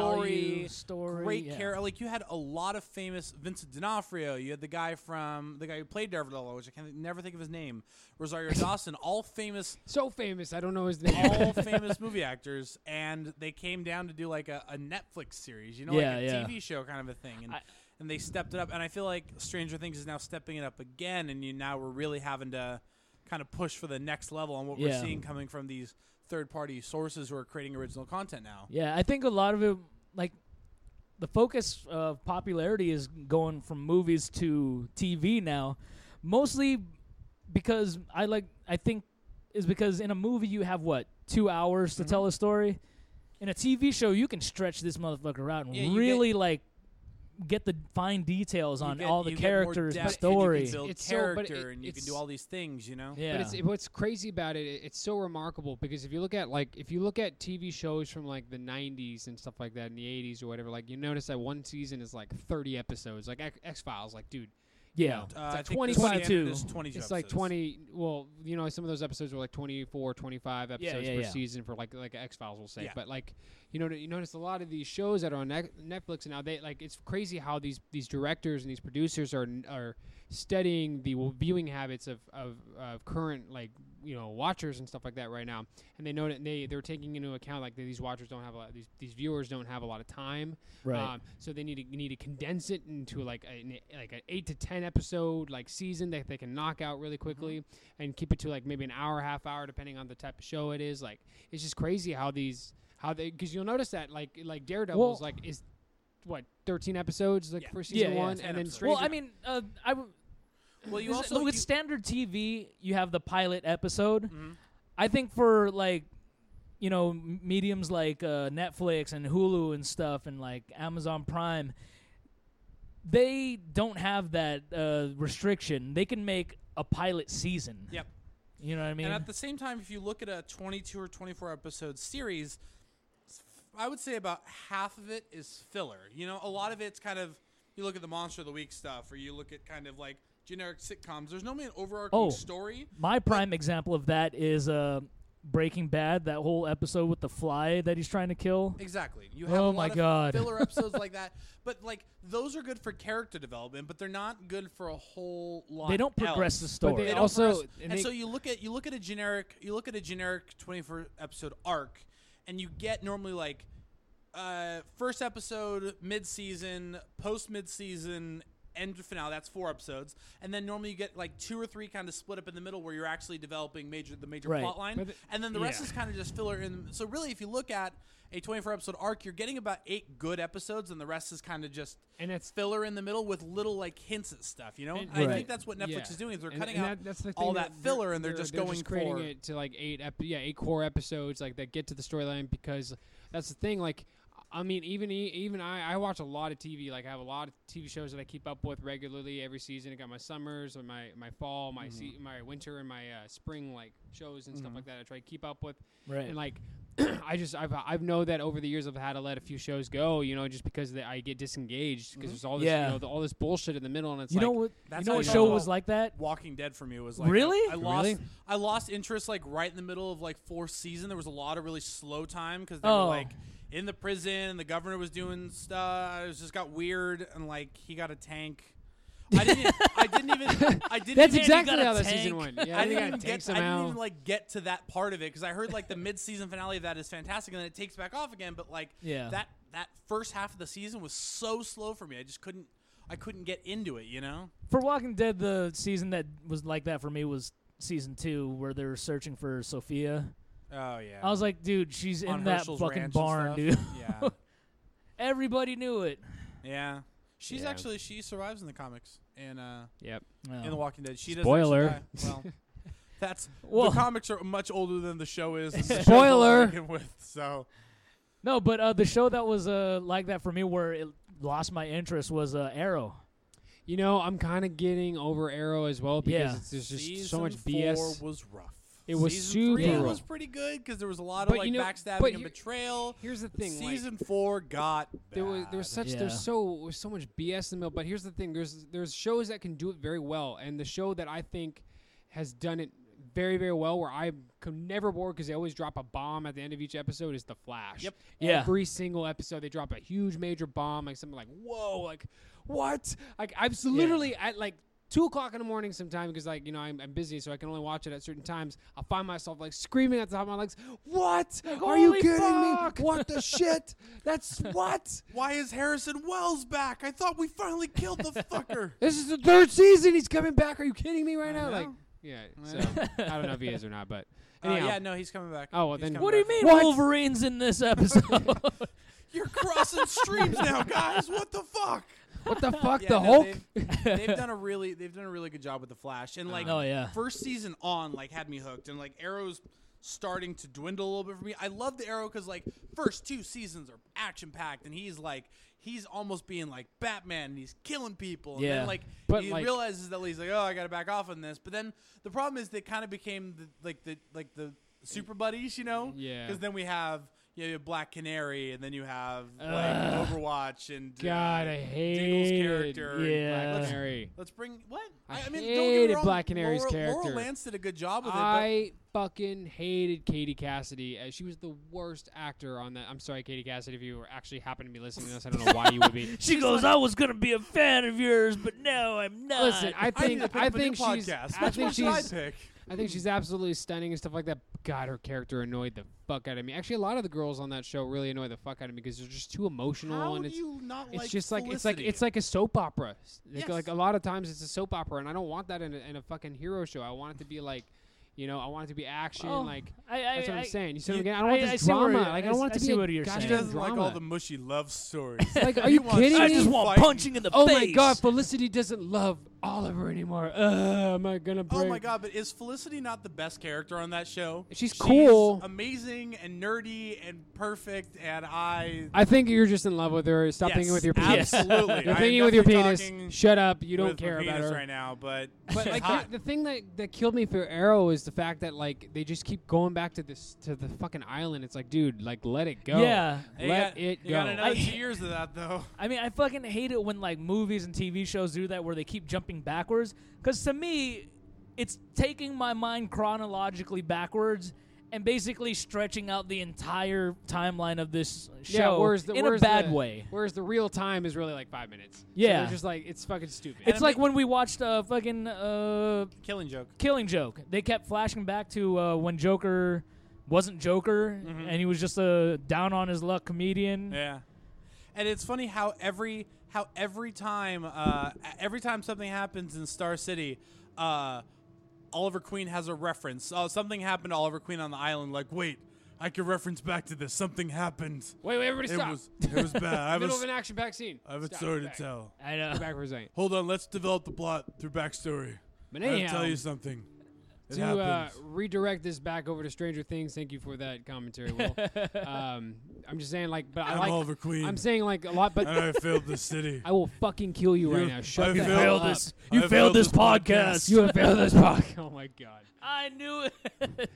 value, story,
great
yeah.
character. Like you had a lot of famous Vincent D'Onofrio. You had the guy from the guy who played Daredevil, which I can never think of his name, Rosario Dawson. All famous
so famous. I don't know his name.
all famous movie actors, and they came down to do like a, a Netflix series, you know,
Yeah,
like a
yeah.
TV show kind of a thing, and
I-
and they stepped it up. And I feel like Stranger Things is now stepping it up again, and you now we're really having to kind of push for the next level on what we're
Yeah.
seeing coming from these third party sources who are creating original content now.
Yeah, I think a lot of it, like the focus of popularity is going from movies to TV now, mostly because I like I think is because in a movie you have what two hours
Mm-hmm.
to tell a story, in a TV show you can stretch this motherfucker out and
Yeah, you get-
really like get the fine details
You
on
get-
all the
you get more
characters and
depth And you
story.
can build
It's so- but
character
it-
and you can do
it's-
all these things, you know? Uh,
yeah,
But it's, what's crazy about it, it, it's so remarkable because if you look at like if you look at TV shows from like the '90s and stuff like that in the '80s or whatever, like you notice that one season is like 30 episodes, like X Files. Like, dude,
yeah.
know,
Uh,
It's like
I think
25
there's
too.
there's 20
it's like
episodes.
20. Well, you know, some of those episodes were like 24, 25 episodes
yeah,
per
yeah.
season for like like X Files will say.
Yeah.
But like, you know, you notice a lot of these shows that are on Nec- Netflix now. They like it's crazy how these these directors and these producers are are studying the viewing habits of of, of current like you know watchers and stuff like that right now. And they know that they they're taking into account like that these watchers don't have a lot, these these viewers don't have a lot of time.
Right.
Um, so they need to you need to condense it into like a, an- like an eight to ten episode like season that they can knock out
Mm-hmm.
really quickly and keep it to like maybe an hour, half hour, depending on the type of show it is. Like it's just crazy how these how they because you'll notice that like like Daredevil's
Well-
like is what thirteen episodes like
Yeah.
for season
Yeah, yeah.
one,
Ten
and then
episodes.
Stranger.
well, I mean, uh, I w-
Well, you
Is it-
also
with
you-
standard TV, you have the pilot episode.
Mhm.
I think for like, you know, m- mediums like uh, Netflix and Hulu and stuff, and like Amazon Prime, they don't have that uh, restriction. They can make a pilot season.
Yep.
You know what I mean?
And at the same time, if you look at a 22 or 24 episode series, I would say about half of it is filler. You know, a lot of it's kind of you look at the monster of the week stuff, or you look at kind of like generic sitcoms. There's no main overarching
Oh.
story.
My prime example of that is uh, Breaking Bad. That whole episode with the fly that he's trying to kill.
Exactly. You have
Oh
a lot
my
of
God.
filler episodes like that, but like those are good for character development, but they're not good for a whole lot.
They don't progress
else.
the story.
they
They don't
also-
progress.
and
and,
they-
so you look at you look at a generic you look at a generic 24 episode arc, and you get normally like uh, first episode, mid season, post mid season, end to finale. That's four episodes, and then normally you get like two or three kind of split up in the middle where you're actually developing major the major
Right.
plot line,
But the-
and then the rest
yeah.
is kind of just filler. In so really, if you look at a 24 episode arc, you're getting about eight good episodes, and the rest is kind of just
and that's
filler in the middle with little like hints at stuff. You know,
And-
I
Right.
think that's what Netflix
yeah.
is doing. Is they're
And-
cutting
and
out
that- that's the
all
thing
that filler, and they're just going
creating
for-
it to like eight ep- yeah eight core episodes like that get to the storyline because that's the thing like I mean even e- even I I watch a lot of TV like I have a lot of TV shows that I keep up with regularly every season I got my summers and my my fall my se-
Mm-hmm.
my winter and my uh, spring like shows and stuff like that I try to keep up with
Right.
and like I just I've I've know that over the years I've had to let a few shows go you know just because they, I get disengaged
Mm-hmm.
because there's all this
Yeah.
you know the, all this bullshit in the middle and it's
you
like
know what? You
That's
know
how
what
I
show
felt.
was like that?
Walking Dead for me was like
Really?
I, I lost
Really?
I lost interest like right in the middle of like fourth season. There was a lot of really slow time because they
Oh.
were like in the prison and the governor was doing stuff. It just got weird and like he got a tank. I didn't. e, I didn't even. I didn't.
That's
even,
exactly
got a
how the
tank.
season went. Yeah,
I
they
didn't
got
even
tank
get. I
somehow.
didn't even like get to that part of it because I heard like the mid-season finale of that is fantastic, and then it takes back off again. But like
Yeah.
that that first half of the season was so slow for me. I just couldn't. I couldn't get into it. You know.
For Walking Dead, the season that was like that for me was season two, where they were searching for Sophia.
Oh yeah.
I was like, dude, she's
on
in that
Herschel's
fucking
ranch and
barn, dude.
stuff. yeah.
Everybody knew it.
Yeah. She's
Yeah.
actually she survives in the comics and uh
Yep.
No.
in The Walking Dead. She
Spoiler.
doesn't actually die. Well, that's
Well-
the comics are much older than the show is. and the show's
Spoiler.
all taken with so
No, but uh, the show that was uh, like that for me, where it lost my interest, was uh, Arrow.
You know, I'm kind of getting over Arrow as well because
Yeah.
it's, there's just so
Season
much
four
BS.
was rough.
It was
season three
super
was
rough.
pretty good because there was a lot
But
of like
you know- but
backstabbing and
here-
betrayal.
Here's the thing, like,
season four got bad.
there was there was such
Yeah.
there's so there's so much BS in the middle. But here's the thing: there's there's shows that can do it very well, and the show that I think has done it very very well, where I can never bored because they always drop a bomb at the end of each episode, is The Flash.
Yep.
Yeah.
Every single episode, they drop a huge major bomb, like something like whoa, like what? Like I've s- literally at like. Two o'clock in the morning, sometime because like you know I'm, I'm busy, so I can only watch it at certain times. I'll find myself like screaming at the top of my lungs, "What? Are you
"Holy
kidding
fuck!"
me? What the shit? That's what?
Why is Harrison Wells back? I thought we finally killed the fucker.
This is the third season. He's coming back. Are you kidding me right now?
know.
Like, yeah. So I don't know if he is or not, but
Uh,
anyhow,
yeah, no, he's coming back.
Oh, well,
He's
then-
coming
What do you
back.
mean
What?
Wolverine's in this episode?
You're crossing streams now, guys. What the fuck?
What the fuck,
Yeah,
the
no,
Hulk?
They've, they've done a really they've done a really good job with the Flash, and like
Oh, yeah.
first season on like had me hooked, and like Arrow's starting to dwindle a little bit for me. I love the Arrow because like first two seasons are action packed, and he's like he's almost being like Batman, and he's killing people, and
Yeah.
then like
But,
he
like-
realizes that he's like oh I got to back off on this, but then the problem is they kind of became the, like the like the super buddies, you know?
Yeah.
Because then we have. You know, you have Black Canary, and then you have like,
Ugh.
Overwatch, and uh,
God, I
Deagle's
hated
character. and
yeah.
Black-
Black
let's-
Canary.
Let's bring what
I
get me
hated
wrong,
Black Canary's
Laura, Laura
character.
Lance did a good job with it. but
I fucking hated Katie Cassidy. As she was the worst actor on that. I'm sorry, Katie Cassidy, if you were actually happen to be listening to this, I don't know why you would be.
She goes, I was gonna be a fan of yours, but now I'm not.
Listen,
I
I
need
think
to pick
I
up a new
think she's
podcast.
I
Which
think
one should I
she's
pick?
I think she's absolutely stunning and stuff like that. God, her character annoyed the fuck out of me. Actually, a lot of the girls on that show really annoy the fuck out of me because they're just too emotional
How
and
do
it's
you not
it's
like
just like it's like
Felicity?
it's like a soap opera. Like,
Yes.
like a lot of times it's a soap opera, and I don't want that in a, in a fucking hero show. I want it to be like, you know, I want it to be action.
Oh,
like
I, I,
that's what
I,
I'm saying. You see what
you-
I'm getting? I don't
I-
want
I
this
see where
drama.
you-
like I
I
don't want it
s- I
to be
see
a
what you're
goddamn
she
saying.
doesn't
drama.
like all the mushy love stories.
Like, are
He
you
wants
kidding
I
me?
just want
Fighting.
punching in the
Oh
face.
my god, Felicity doesn't love Oliver anymore. Ugh, am I gonna break?
Oh my god! But is Felicity not the best character on that show?
She's cool.
amazing, and nerdy, and perfect. And I
I think you're just in love with her. Stop
yes,
thinking with your penis.
Absolutely,
You're
I am
thinking with your
definitely
penis.
talking
Shut up. You don't
with my
care about
penis
her.
right now. But
But
she's
like
hot.
the, the thing that, that killed me for Arrow is the fact that like they just keep going back to this to the fucking island. It's like, dude, like let it go.
Yeah.
You
let
got-
it
you
go.
got another
I-
two years of that though.
I mean, I fucking hate it when like movies and TV shows do that where they keep jumping backwards. Because to me, it's taking my mind chronologically backwards and basically stretching out the entire timeline of this show
yeah, whereas the,
in a
whereas
bad
the-
way.
Whereas the real time is really like five minutes. So
Yeah.
they're just like it's fucking stupid.
It's
it
like
ma-
when we watched uh, fucking uh,
Killing joke.
Killing Joke. They kept flashing back to uh, when Joker wasn't Joker
Mm-hmm.
and he was just a down on his luck comedian.
Yeah. And it's funny how every how every time uh, every time something happens in Star City, uh, Oliver Queen has a reference. Oh, something happened to Oliver Queen on the island. Like, wait, I can reference back to this. Something happened.
wait, wait, everybody
It
stop.
was it was bad. I have a
Middle of
s-
an action packed scene.
I have a
Stop,
story to
back.
tell.
I know.
Go Back for a second.
Hold on, let's develop the plot through backstory.
But
I have to
anyhow,
tell you something. It
to uh,
happens.
redirect this back over to Stranger Things, thank you for that commentary, Will. um, I'm just saying, like, but I
I'm
like.
Oliver Queen.
I'm saying like a lot, but
and I failed the city.
I will fucking kill you right now. Shut
I
the
failed
hell
up.
this.
up.
You
I
failed, this podcast.
You have failed this fuck. Oh my god.
I knew it.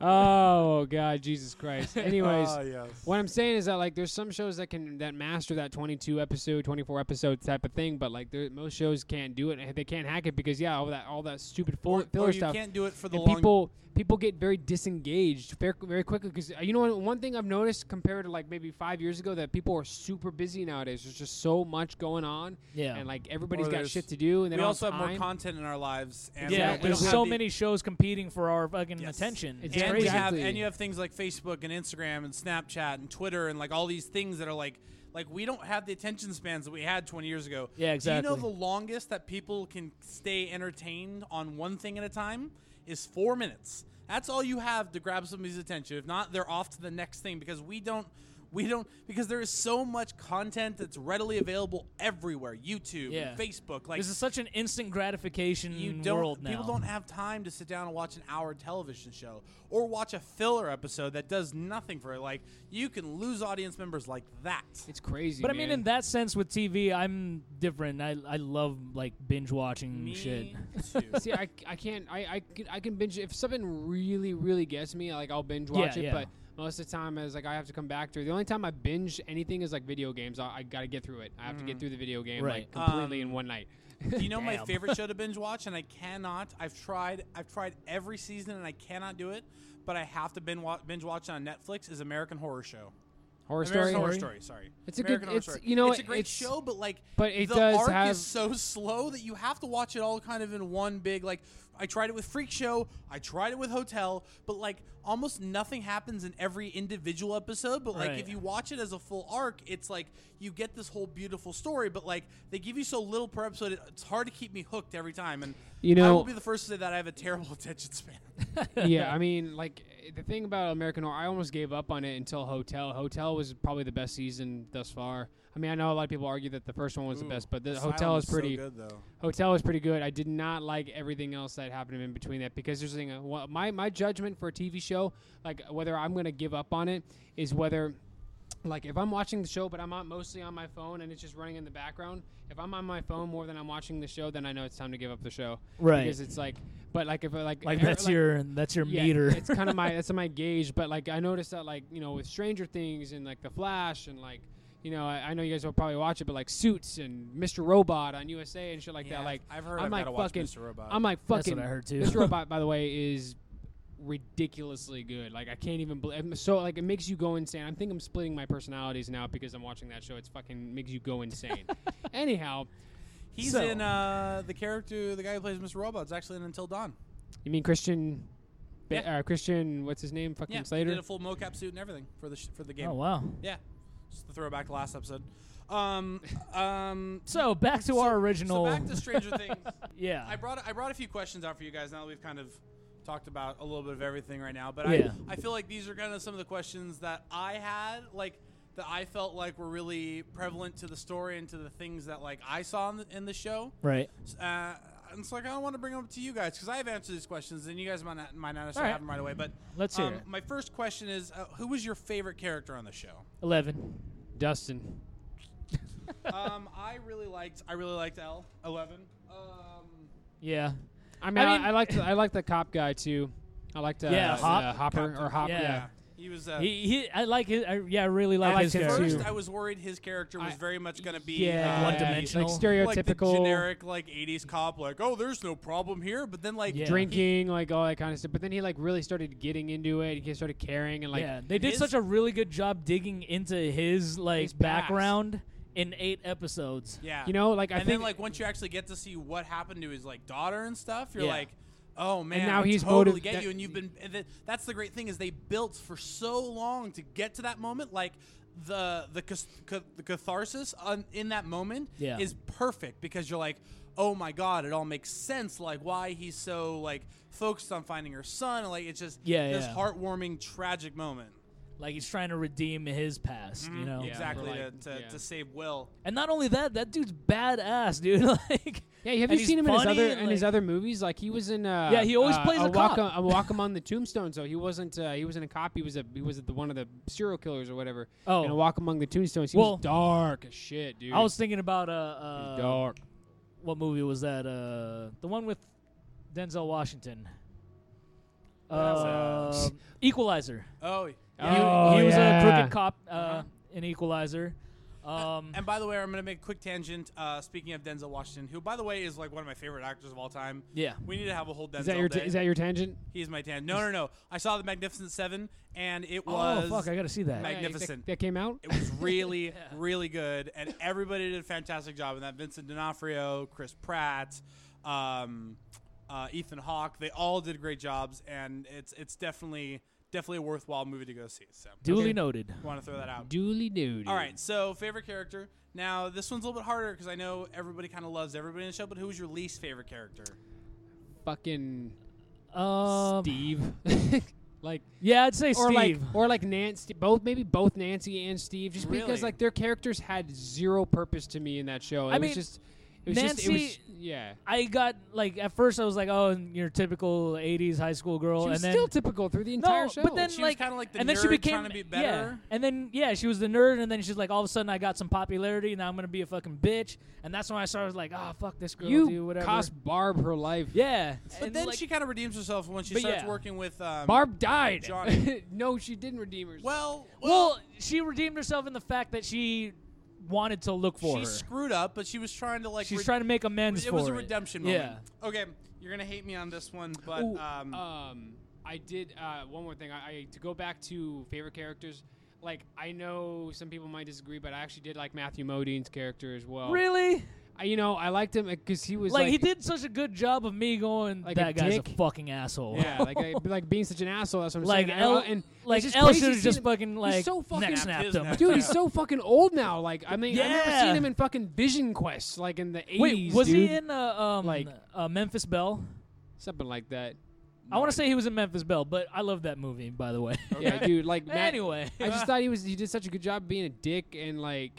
Oh god, Jesus Christ. Anyways,
Ah, yes.
what I'm saying is that like there's some shows that can that master that 22 episode, 24 episode type of thing, but like there, most shows can't do it. They can't hack it because yeah, all that all that stupid full,
Or,
filler
or you
stuff.
can't do it for the
and
long
people people get very disengaged very, very quickly because you know what, one thing I've noticed compared to like maybe five years ago that people are super busy nowadays. There's just so much going on,
Yeah.
and like everybody's
Or
got
there's-
shit to do, and they
we
don't
also have more
time.
content in our lives. And
Yeah,
Yeah,
we
there's
don't
so
have the-
many shows competing for our fucking
Yes.
attention.
It's
It's
and
crazy.
you have
Exactly.
and you have things like Facebook and Instagram and Snapchat and Twitter and like all these things that are like like we don't have the attention spans that we had 20 years ago.
Yeah,
Do you know
exactly.
the longest that people can stay entertained on one thing at a time is 4 minutes. That's all you have to grab somebody's attention. If not, they're off to the next thing because we don't we don't because there is so much content that's readily available everywhere. YouTube,
Yeah.
and Facebook, like
This is such an instant gratification
you don't
world now.
people don't have time to sit down and watch an hour television show or watch a filler episode that does nothing for it like you can lose audience members like that
It's crazy.
but I mean,
man.
in that sense, with TV, I'm different. I I love like binge watching
Me
shit.
too.
See, I, I can't. I, I, can, I can binge. If something really, really gets me, like, I'll binge
Yeah,
watch it.
yeah.
But most of the time, is like, I have to come back to it. The only time I binge anything is, like, video games. I, I got to get through it. I have to
Mm.
get through the video game,
Right.
like, completely
Um,
in one night.
Do you know my
Damn.
favorite show to binge watch and i cannot i've tried i've tried every season and i cannot do it but i have to binge watch, binge watch on netflix is american horror show
Horror
American
Story.
Horror Story. Sorry,
It's a
American
good-
Horror
it's-
Story.
you know,
it's a great
it's-
show, but like,
but it
the
does
arc
have-
is so slow that you have to watch it all kind of in one big. Like, I tried it with Freak Show, I tried it with Hotel, but like almost nothing happens in every individual episode. But like,
Right.
if you watch it as a full arc, it's like you get this whole beautiful story. But like, they give you so little per episode, it- it's hard to keep me hooked every time. And
You
I
know-
will be the first to say that I have a terrible attention span.
yeah, I mean, like eh, the thing about American Horror, I almost gave up on it until Hotel. Hotel was probably the best season thus far. I mean, I know a lot of people argue that the first one was the
Ooh,
best, but the
Asylum
Hotel is
was so
pretty.
good though.
Hotel is pretty good. I did not like everything else that happened in between that because there's a thing. uh, wha- My my judgment for a TV show, like whether I'm gonna give up on it, is whether, like, if I'm watching the show but I'm on, mostly on my phone and it's just running in the background. If I'm on my phone more than I'm watching the show, then I know it's time to give up the show
right.
because it's like. But like if I, like
Like
er-
that's your that's your meter.
it's kind of my that's my gauge. But like I noticed that like you know with Stranger Things and like The Flash and like you know I, I know you guys will probably watch it, but like Suits and Mr. Robot on USA and shit like that. Like
I've heard
I'm
I've
like
gotta watch
fucking-
Mr. Robot.
I'm like
that's
fucking
what I heard too.
Mr. Robot by the way is ridiculously good. Like I can't even believe I'm so like it makes you go insane. I think I'm splitting my personalities now because I'm watching that show. It's fucking makes you go insane. Anyhow,
He's
So-
in uh, the character, the guy who plays Mr. Robot's actually in Until Dawn.
you mean Christian Ba- uh, Christian what's his name? Fucking
Yeah, he
Slater.
did a full mocap suit and everything for the sh- for the game.
Oh wow.
Yeah, just the throwback to last episode. Um, um,
So back to
So-
our original.
So back to Stranger Things.
yeah.
I brought I brought a few questions out for you guys now that we've kind of talked about a little bit of everything right now. But
Yeah.
I, I feel like these are kind of some of the questions that I had, like that I felt like were really prevalent to the story and to the things that like I saw in the, in the show.
right.
Uh, and so like I want to bring them up to you guys because I have answered these questions, and you guys might not, might not necessarily
All right.
have them right away. But
Let's hear
um,
it.
My first question is, uh, who was your favorite character on the show?
Eleven.
Dustin.
um, I really liked I really liked L eleven. Um,
Yeah.
I mean,
I
I,
mean-
I like the, I like the cop guy too. I like the
Yeah,
uh,
Hop.
uh, Hopper or Hop.
Yeah.
Yeah.
He was. Uh,
He, he I like his. I, yeah, I really like
liked
his
him
character.
First,
too.
I was worried his character was
I-
very much going to be
Yeah,
uh,
One
yeah, he's,
dimensional.
like
like the
stereotypical
generic like '80s cop, like oh, there's no problem here. But then like
Yeah.
drinking, like all that kind of stuff. But then he like really started getting into it. He started caring and like
yeah, they did
his-
such a really good job digging into his like
His past.
background in eight episodes.
yeah,
you know, like I
and
think
then like once you actually get to see what happened to his like daughter and stuff, you're
Yeah.
like, oh man,
now
I
he's
totally
motiv-
get
that-
you, and you've been. And th- that's the great thing is they built for so long to get to that moment, like. The the cas- ca- the catharsis on, in that moment
Yeah.
is perfect because you're like, oh my god, it all makes sense. Like why he's so like focused on finding her son. Like it's just
Yeah,
this
yeah.
heartwarming tragic moment.
Like he's trying to redeem his past, you know.
Mm-hmm. Yeah.
exactly
for,
to,
like,
to,
yeah.
to save Will.
And not only that, that dude's badass, dude. like,
yeah. Have
and
you
he's
seen him in his
funny
other
and,
in his
like-
other movies? Like he was in uh,
Yeah, he always
uh,
plays
a
a cop.
Walk, a walk among the tombstones. Though he wasn't uh, he wasn't a cop. He was a he was the one of the serial killers or whatever.
Oh.
and a walk among the tombstones. He
Well-
was dark as shit, dude.
I was thinking about uh,
He was
uh
dark.
what movie was that? Uh, the one with Denzel Washington.
That's,
Uh, Equalizer.
Oh,
He-
Oh,
he, was
yeah.
a crooked cop uh,
Uh-huh.
in Equalizer. Um,
And by the way, I'm going to make a quick tangent. Uh, speaking of Denzel Washington, who, by the way, is like one of my favorite actors of all time.
yeah.
We need to have a whole Denzel
Is that your
day.
is that your tangent?
He's my tangent. No, no, no. I saw The Magnificent Seven, and it
Oh
was
fuck! I gotta see that.
Mag-
Hey, that-
Magnificent.
That came out.
it was really, really good, and everybody did a fantastic job. And that Vincent D'Onofrio, Chris Pratt, um, uh, Ethan Hawke, they all did great jobs, and it's it's definitely definitely a worthwhile movie to go see. So,
Duly
Okay.
noted.
want to throw that out.
Duly duty.
All right, so favorite character. Now this one's a little bit harder because I know everybody kind of loves everybody in the show, but who's your least favorite character?
fucking
Um,
Steve. like
Yeah, I'd say
or
Steve.
like or like Nancy both maybe both Nancy and Steve just
Really?
because like their characters had zero purpose to me in that show.
I
It was
mean,
just it was just it was
Nancy-
yeah.
I got like at first I was like, oh, your typical '80s high school girl,
She was
Oh, and then
still typical through
no,
the entire show.
but then
She was
like,
kinda like the
and then she
nerd
became
trying to be better.
Yeah, and then yeah, she was the nerd, and then she's like, all of a sudden I got some popularity, and now I'm gonna be a fucking bitch, and that's when I started like, ah, fuck this girl,
you
dude, whatever.
cost Barb her life.
yeah,
But
and,
then
like,
she kind of redeems herself when she
But
starts
yeah.
working with um,
Barb died.
Johnny.
no, she didn't redeem herself.
Well, well,
well, she redeemed herself in the fact that she wanted to look for
she
her.
screwed up, but she was trying to like.
She's
re-
trying to make amends
It
for
was a redemption moment.
Yeah. oh,
Okay, you're gonna hate me on this one, but
Ooh,
um,
um, I did uh, one more thing. I, I to go back to favorite characters. Like I know some people might disagree, but I actually did like Matthew Modine's character as well.
Really?
I, you know, I liked him because he was
Like,
like,
he did such a good job of me going.
Like a
that guy's a
dick?
fucking asshole.
Yeah, like I, like being such an asshole. That's what I'm
like
saying. I-
L
and
like
it's just
L
crazy
should have
seeing
just
him-
fucking like
so fucking-
neck
Snapped
snapped
his
him.
neck.
Dude, he's so fucking old now. Like, I mean, I've never
Yeah.
seen him in fucking Vision Quest, like in the 80s.
Wait, was
dude.
he in uh, um
Like-
uh, Memphis Bell?
something like that?
I want to say he was in Memphis Belle, but I love that movie, by the way.
Yeah, dude. Like Matt,
anyway,
I just thought he was he did such a good job being a dick and like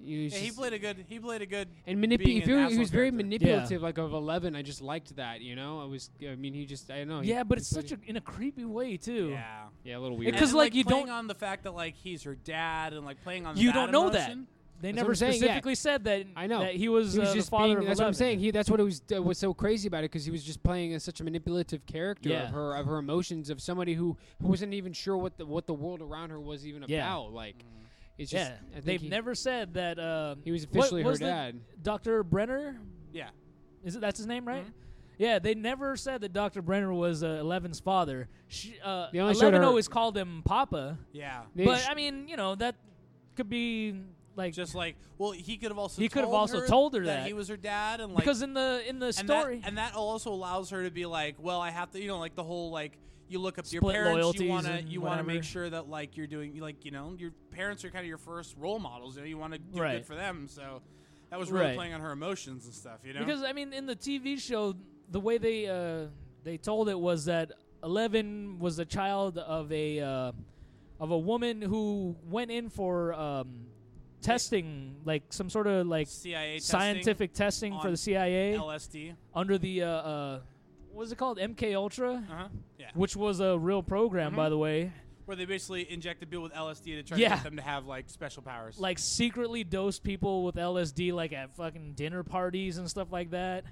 he was
Yeah, he
just-
played a good. He played a good.
and manip-
being
he,
an
very- he
asshole
was very
character.
manipulative like of 11 I just liked that, you know? I was I mean he just I don't know. he-
yeah, but
he
it's
played
such a in a creepy way too.
Yeah.
it- Yeah, a little
It
weird.
could- 'Cause,
And,
like, you
playing
don't-
on the fact that like he's her dad and like playing on
You
that
don't know that.
emotion.
They
That's what
never
I'm saying, yeah.
specifically said that.
I know.
that he was,
he was
uh,
just
the father
being,
of
that's
11.
what I'm saying. He that's what it was uh, was so crazy about it because he was just playing as such a manipulative character
Yeah.
of her of her emotions of somebody who, who wasn't even sure what the what the world around her was even
Yeah.
about. Like it's just
yeah,
I think
they've
he,
never said that. Uh,
he was
what
officially
was
her
the-
dad.
Dr. Brenner,
Yeah.
is it that's his name, right?
Mhm.
Yeah, they never said that Dr. Brenner was uh, Eleven's father. She, uh,
They only showed
Eleven
her-
always called him Papa,
Yeah.
They
but
sh-
I mean, you know, that could be like
Just like well, he could have also
He could have
told
also
her
told her that.
he was her dad and like
because in the in the
and
story,
That, and that also allows her to be like, well, I have to, you know, like the whole like you look up to your
Split
parents, you
loyalties
want to
and
you want to
whatever.
make sure that like you're doing like you know your parents are kind of your first role models. You know, you want to do
Right.
good for them. So that was really
Right.
playing on her emotions and stuff. You know,
because I mean, in the TV show, the way they uh, they told it was that Eleven was the child of a uh, of a woman who went in for um, testing, like some sort of like
CIA testing,
scientific testing for
on
the CIA.
LSD.
under the uh, uh what is it called MK Ultra,
Uh huh. Yeah,
which was a real program
Mm-hmm.
by the way.
where they basically injected people with LSD to try to
Yeah.
get them to have like special powers.
Like secretly dosed people with LSD like at fucking dinner parties and stuff like that.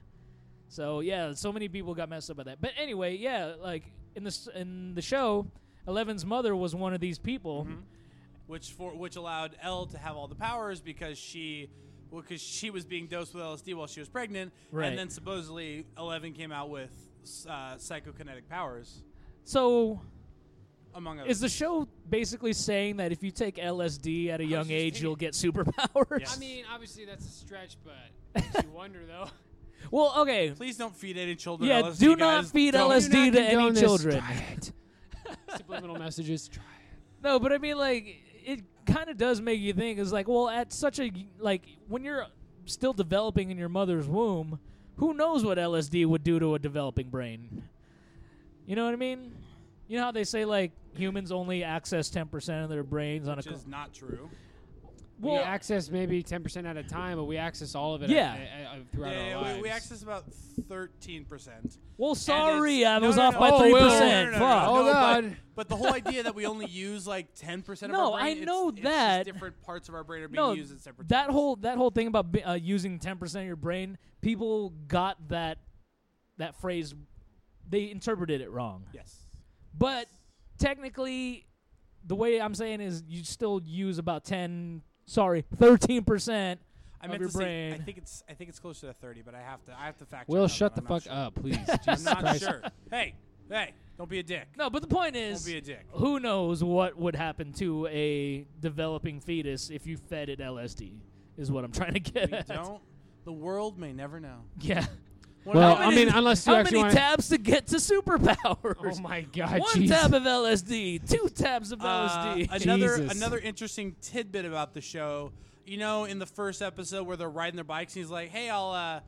So yeah, so many people got messed up by that. But anyway, yeah, like in the s- in the show, Eleven's mother was one of these people.
Mm-hmm.
which for which allowed Elle to have all the powers because she because she was being dosed with LSD while she was pregnant,
Right.
and then supposedly Eleven came out with uh, psychokinetic powers
So
among others.
is the show basically saying that if you take LSD at a young
just
age,
thinking-
you'll get superpowers?
Yeah.
I mean, obviously that's a stretch, but makes you wonder though.
well, okay.
Please don't feed any children.
Yeah,
LSD,
do not
guys.
feed
Don't.
LSD.
Do not
to any
condone this.
children.
Try it. Subliminal messages. Try it.
No, but I mean, like, it kind of does make you think. It's like, well, at such a like when you're still developing in your mother's womb, who knows what LSD would do to a developing brain? You know what I mean? You know how they say like humans only access ten percent of their brains on a
Which
co-
is not true.
well,
we access maybe ten percent at a time, but we access all of it.
Yeah.
at- at- at- throughout
Yeah,
our
yeah,
lives.
we, we access about thirteen percent.
well, sorry, I
no,
was
no,
off
no,
by
no,
three
no,
percent.
no,
Fuck.
no. Oh,
but-
God.
But, the whole idea that we only use like ten percent of
No,
our
I
brain. it's-
know
it's just
that.
different parts of our brain are being
No,
used at separate.
that
times.
whole that whole thing about bi- uh, using ten percent of your brain, people got that that phrase. They interpreted it wrong.
yes.
But technically, the way I'm saying is you still use about 10, sorry, 13%.
I
of
meant
your
to say. I
brain.
think it's. I think it's closer to thirty, but I have to. I have to fact.
Will,
check
shut
that
the
one. I'm not
fuck
sure.
up, please.
I'm
Jesus
not
Christ.
sure. Hey, hey, don't be a dick.
No, but the point
Don't
is,
be a dick.
who knows what would happen to a developing fetus if you fed it LSD, is what I'm trying to get
We
at.
don't. The world may never know.
Yeah.
One
Well,
of
How
I
the-
many-
mean, unless you
How
actually
many
want
tabs to get to superpowers?
Oh my God,
One
jeez.
tab of LSD, two tabs of
uh,
LSD.
another
Jesus.
another interesting tidbit about the show. You know, in the first episode where they're riding their bikes, and he's like, "Hey, I'll." Uh,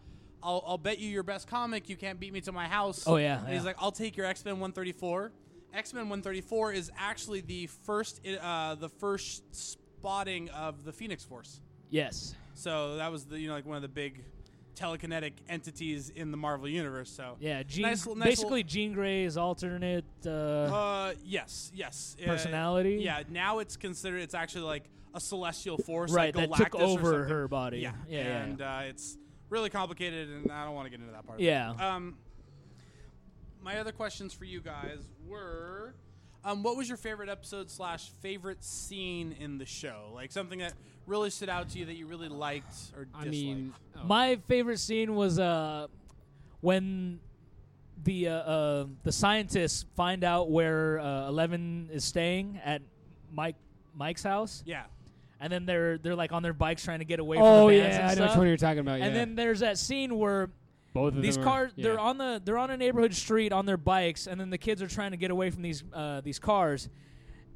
I'll, I'll bet you your best comic you can't beat me to my house.
Oh, yeah,
And he's
yeah.
like, I'll take your X Men 134. X Men 134 is actually the first uh, the first spotting of the Phoenix Force.
yes.
So that was the you know like one of the big telekinetic entities in the Marvel universe. So
Yeah, Jean,
Nice l- nice
basically Jean Grey's alternate. Uh,
Uh, yes, yes. Uh,
Personality?
yeah. Now it's considered. It's actually like a celestial force,
right,
Like
that took
Galactus or
over
something.
her body.
Yeah,
yeah, yeah.
and Uh, it's really complicated, and I don't want to get into that part. of it.
Yeah.
Um, my other questions for you guys were, um, what was your favorite episode slash favorite scene in the show? Like something that really stood out to you that you really liked or
I
disliked.
mean, oh.
My favorite scene was uh, when the uh, uh, the scientists find out where uh, Eleven is staying at Mike Mike's house,
yeah.
and then they're they're like on their bikes trying to get away.
oh
from the vans
yeah,
and
I know which
stuff.
one you're talking about.
And
yeah.
then there's that scene where
both of
these
them are-
cars
yeah.
they're on the they're on a neighborhood street on their bikes and then the kids are trying to get away from these uh, these cars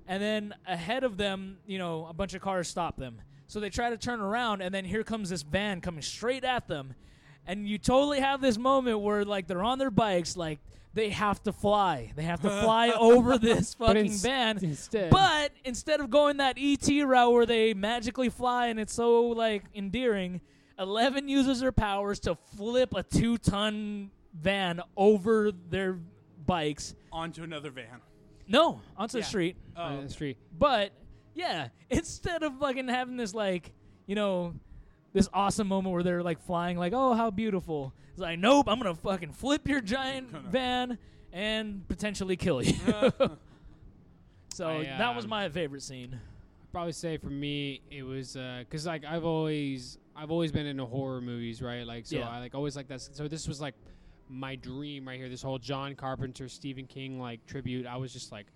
and then ahead of them you know a bunch of cars stop them so they try to turn around and then here comes this van coming straight at them and you totally have this moment where like they're on their bikes, like they have to fly, they have to fly over this
But
fucking
ins-
van.
instead.
But instead of going that ET route where they magically fly and it's so like endearing, Eleven uses her powers to flip a two-ton van over their bikes.
onto another van. Oh,
No, onto
Yeah.
the street.
on uh, the street.
But yeah, instead of fucking having this like, you know, this awesome moment where they're like flying, like, oh how beautiful. It's like, nope, I'm gonna fucking flip your giant
Gonna-
van and potentially kill you. so
I,
that was
um,
my favorite scene.
probably say for me it was because like I've always I've always been into horror movies, right? Like so
Yeah.
I like always like that. So this was like my dream right here. This whole John Carpenter, Stephen King like tribute. I was just like,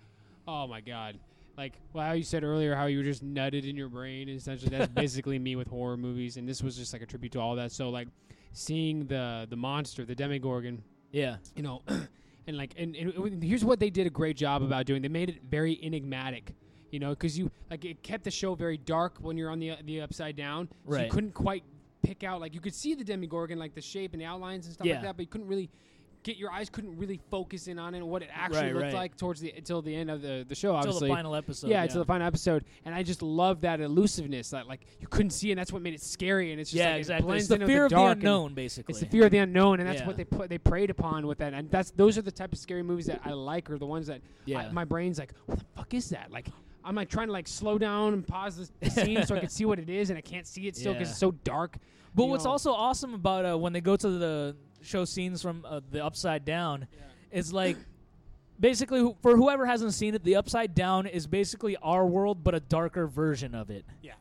oh my god. Like well, how you said earlier, how you were just nutted in your brain. Essentially, that's basically me with horror movies, and this was just like a tribute to all that. So like, seeing the the monster, the Demigorgon,
Yeah.
you know, and like, and, and it- here's what they did a great job about doing. They made it very enigmatic, you know, because you like it kept the show very dark when you're on the the upside down. so
Right.
you couldn't quite pick out like you could see the demigorgon, like the shape and the outlines and stuff
Yeah.
like that, but you couldn't really get your eyes couldn't really focus in on it and what it actually
Right,
looked
right.
like towards the until the end of the the show.
Until
Obviously,
the final episode.
yeah, until the final episode, and I just love that elusiveness that like you couldn't see, and that's what made it scary. And it's just
yeah,
like, It
exactly.
blends
It's the
in with
fear of
dark
the
and-
unknown, basically.
it's the fear of the unknown, and that's
Yeah.
what they put, they preyed upon with that. And that's those are the type of scary movies that I like, or the ones that
Yeah.
I, my brain's like, what the fuck is that? Like, I'm like trying to like slow down and pause the scene so I can see what it is, and I can't see it still because
Yeah.
it's so dark.
But
you
what's
know.
also awesome about uh, when they go to the show scenes from uh, the Upside Down is like basically who- for whoever hasn't seen it, the Upside Down is basically our world but a darker version of it,
Yeah,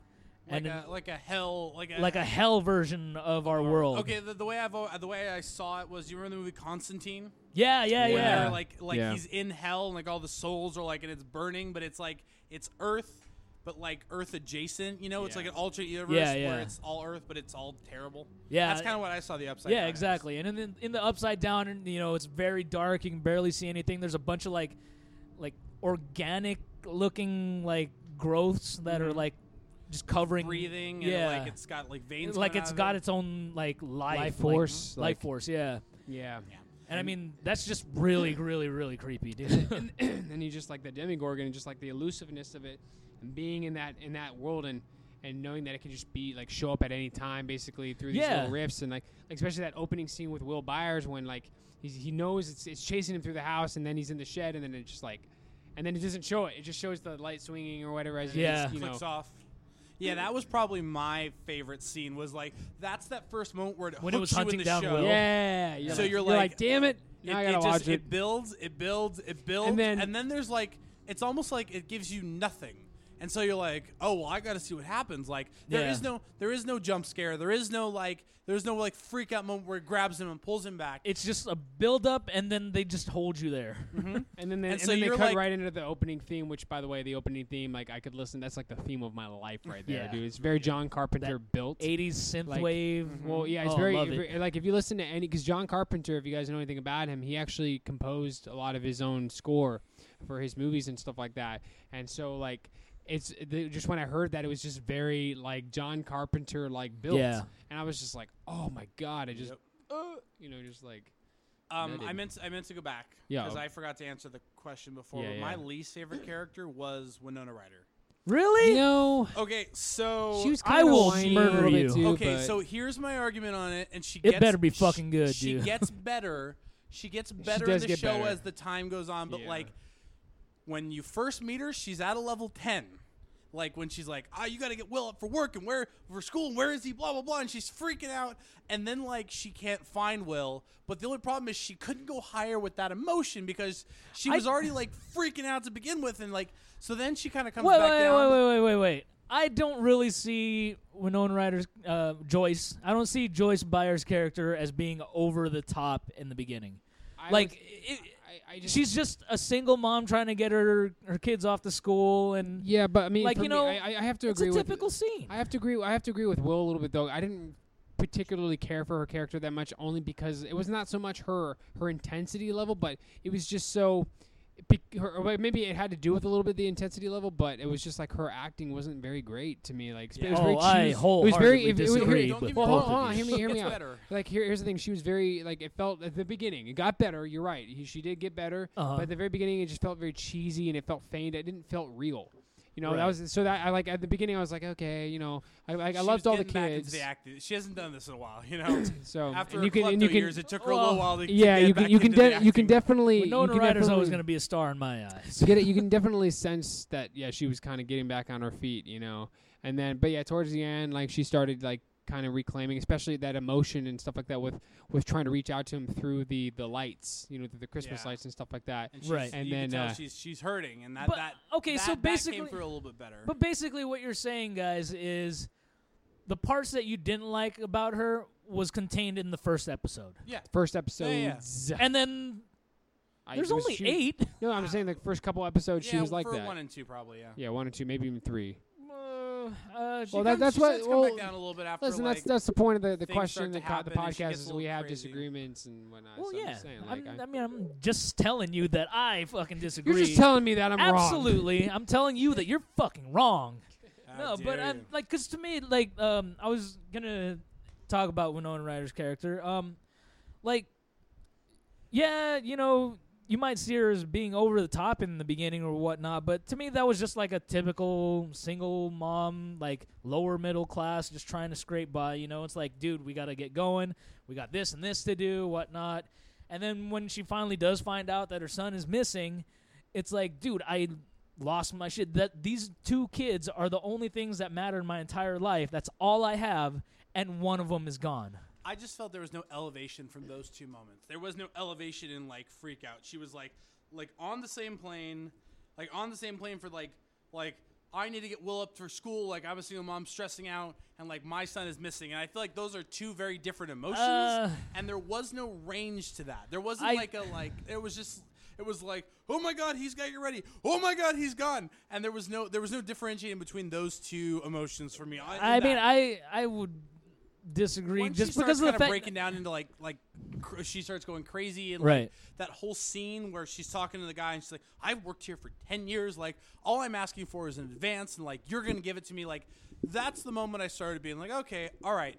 like
And
a like a hell like a
like a hell version of our world.
Okay, the, the way I've al- the way I saw it was you remember the movie Constantine?
Yeah, yeah,
Where
yeah.
they're, like like
Yeah.
he's in hell and like all the souls are like and it's burning, but it's like it's Earth, but like Earth adjacent. You know, it's
Yeah.
like an alternate universe
Yeah,
where
yeah.
it's all Earth, but it's all terrible.
Yeah.
that's kind of what I saw the upside.
yeah,
down as.
exactly. And then in the upside down, and you know, it's very dark. You can barely see anything. There's a bunch of like, like organic looking like growths that
Mm-hmm.
are like just covering
Breathing, and
Yeah,
like it's got like veins.
like
coming
it's
out of
got
it.
its own like life,
Life
like,
force,
life
like-
force. Yeah,
yeah.
and I mean that's just really, really, really creepy, dude.
and you just like the demigorgon and just like the elusiveness of it and being in that in that world and and knowing that it can just be like show up at any time basically through these
Yeah.
little riffs and like, like especially that opening scene with Will Byers when like he's, he knows it's it's chasing him through the house and then he's in the shed and then it just like and then it doesn't show it it just shows the light swinging or whatever as
Yeah.
it's, you know
clicks off. Yeah, that was probably my favorite scene. Was like that's that first moment where it
When it was
hooks you in
hunting
the
down
show.
Will.
yeah
So you're like-
damn it
It,
now I
it
gotta
just
watch it,
it builds, it builds, it builds, and
then-
then, there's like it's almost like it gives you nothing, and so you're like, oh well, I got to see what happens. Like there is
Yeah.
no there is no jump scare, there is no like there's no like freak out moment where it grabs him and pulls him back.
it's just a build up, and then they just hold you there.
and then they, and,
and so
then they
you're
cut
like-
right into the opening theme which by the way the opening theme like I could listen that's like the theme of my life right there
Yeah.
dude it's very John Carpenter built
Eighties synth
Like- mm-hmm.
wave.
Well, yeah, it's
Oh,
very,
love it.
very- like if you listen to any because John Carpenter, if you guys know anything about him, he actually composed a lot of his own score for his movies and stuff like that. And so like it's the, just when I heard that it was just very like John Carpenter like built,
Yeah.
and I was just like, oh my god, I just
Yep.
uh, you know just like
Um, I
Noted.
meant to, I meant to go back
Yeah.
because I forgot to answer the question before.
Yeah,
but My
yeah.
least favorite character was Winona Ryder.
really?
no,
Okay, so
she was
I
kinda
will
whiny a
murder
little bit
you.
too,
Okay,
but-
so here's my argument on it, and she
It
gets,
better be
sh-
fucking good,
She
dude.
gets better. She gets better in
does
the
get
show
better.
as the time goes on, but
Yeah.
like when you first meet her, she's at a level ten. Like when she's like, "Ah, you got to get Will up for work and where for school and where is he?" Blah blah blah, and she's freaking out. And then like she can't find Will, but the only problem is she couldn't go higher with that emotion because she
I-
was already like freaking out to begin with, and like so then she kind of comes
Wait,
back
wait,
down.
wait, wait, wait, wait, wait. I don't really see Winona Ryder's uh, Joyce. I don't see Joyce Byers' character as being over the top in the beginning.
I
like, it,
was- I, I just
she's just a single mom trying to get her her kids off to school, and
yeah, but I mean,
like,
for
you
me,
know,
I, I have to
it's
agree
a
with
typical scene.
I have to agree. I have to agree with Will a little bit though. I didn't particularly care for her character that much, only because it was not so much her her intensity level, but it was just so. Be- her, or like, maybe it had to do with a little bit the intensity level, but it was just like her acting wasn't very great to me. Like it was
oh,
very
I
cheesy.
wholeheartedly
it was- it was-
disagree with
Don't give me
both
Well,
wrong-
hold
of
on, hold on,
you.
hear me, hear me
It's
out.
better.
Like here, here's the thing. She was very like it felt at the beginning. It got better. You're right. He, she did get better,
Uh-huh.
but at the very beginning, it just felt very cheesy and it felt feigned. It didn't felt real. You know,
Right.
that was so that I like at the beginning, I was like, okay, you know, I I, I
She
loved
was
all the
getting back into
kids.
the acting. She hasn't done this in a while, you know.
so
After
and you
her
can and you
klepto
can
years, it took her a little
Well,
while to
yeah,
get
you
back
can you can
into the
de- you can
acting.
definitely
Well,
you
Winona
can
Ryder's always
definitely-
going to be a star in my eyes.
you get it. You can definitely sense that. Yeah, she was kind of getting back on her feet, you know. And then, but yeah, towards the end, like she started like kind of reclaiming, especially that emotion and stuff like that with with trying to reach out to him through the the lights, you know, through the Christmas
Yeah.
lights and stuff like that.
And she's-
Right.
And
you can
then,
tell
uh,
she's she's hurting, and that
But,
that
okay, so
that- that
basically-
came through a little bit better.
But basically, what you're saying, guys, is the parts that you didn't like about her was contained in the first episode,
yeah,
First episode.
and then there's only eight.
No, I'm saying the first couple episodes she
Yeah,
was like
for
that.
one and two probably. Yeah.
yeah, one or two, maybe even three.
Uh, uh,
She
well,
Well, that-
comes-
that's
she
what-
starts to come
well,
back down a little bit after.
Listen,
like,
that's that's the point of the, the
things start
question, the,
to
co- the
happen and she
podcast
gets a
is we
little
have
crazy.
disagreements and whatnot. so I'm
yeah.
just saying, like,
I'm-
I-
I mean, I'm just telling you that I fucking disagree.
you're just telling me that I'm wrong.
Absolutely, I'm telling you that you're fucking wrong.
How
no, but um,
dare
I'm
you.
like, cause to me, like, um, I was gonna talk about Winona Ryder's character. Um, like, yeah, you know, you might see her as being over the top in the beginning or whatnot, but to me, that was just like a typical single mom, like lower middle class, just trying to scrape by. You know, it's like, dude, we gotta get going. We got this and this to do, whatnot. And then when she finally does find out that her son is missing, it's like, dude, I lost my shit. That these two kids are the only things that matter in my entire life. That's all I have, and one of them is gone.
I just felt there was no elevation from those two moments. There was no elevation in like freak out. She was like like on the same plane, like on the same plane for like like I need to get Will up for school, like I'm a single mom stressing out and like my son is missing. And I feel like those are two very different emotions
Uh.
and there was no range to that. There wasn't
I-
like a like it was just it was like, oh my god, he's got to get ready. Oh my god, he's gone. And there was no there was no differentiating between those two emotions for me.
I mean, I I would disagree
Once
just
she
because
starts
of the
kind of
fact.
breaking down into like like cr- she starts going crazy and
Right.
like that whole scene where she's talking to the guy and she's like I've worked here for 10 years like all I'm asking for is an advance and like you're going to give it to me like that's the moment I started being like okay all right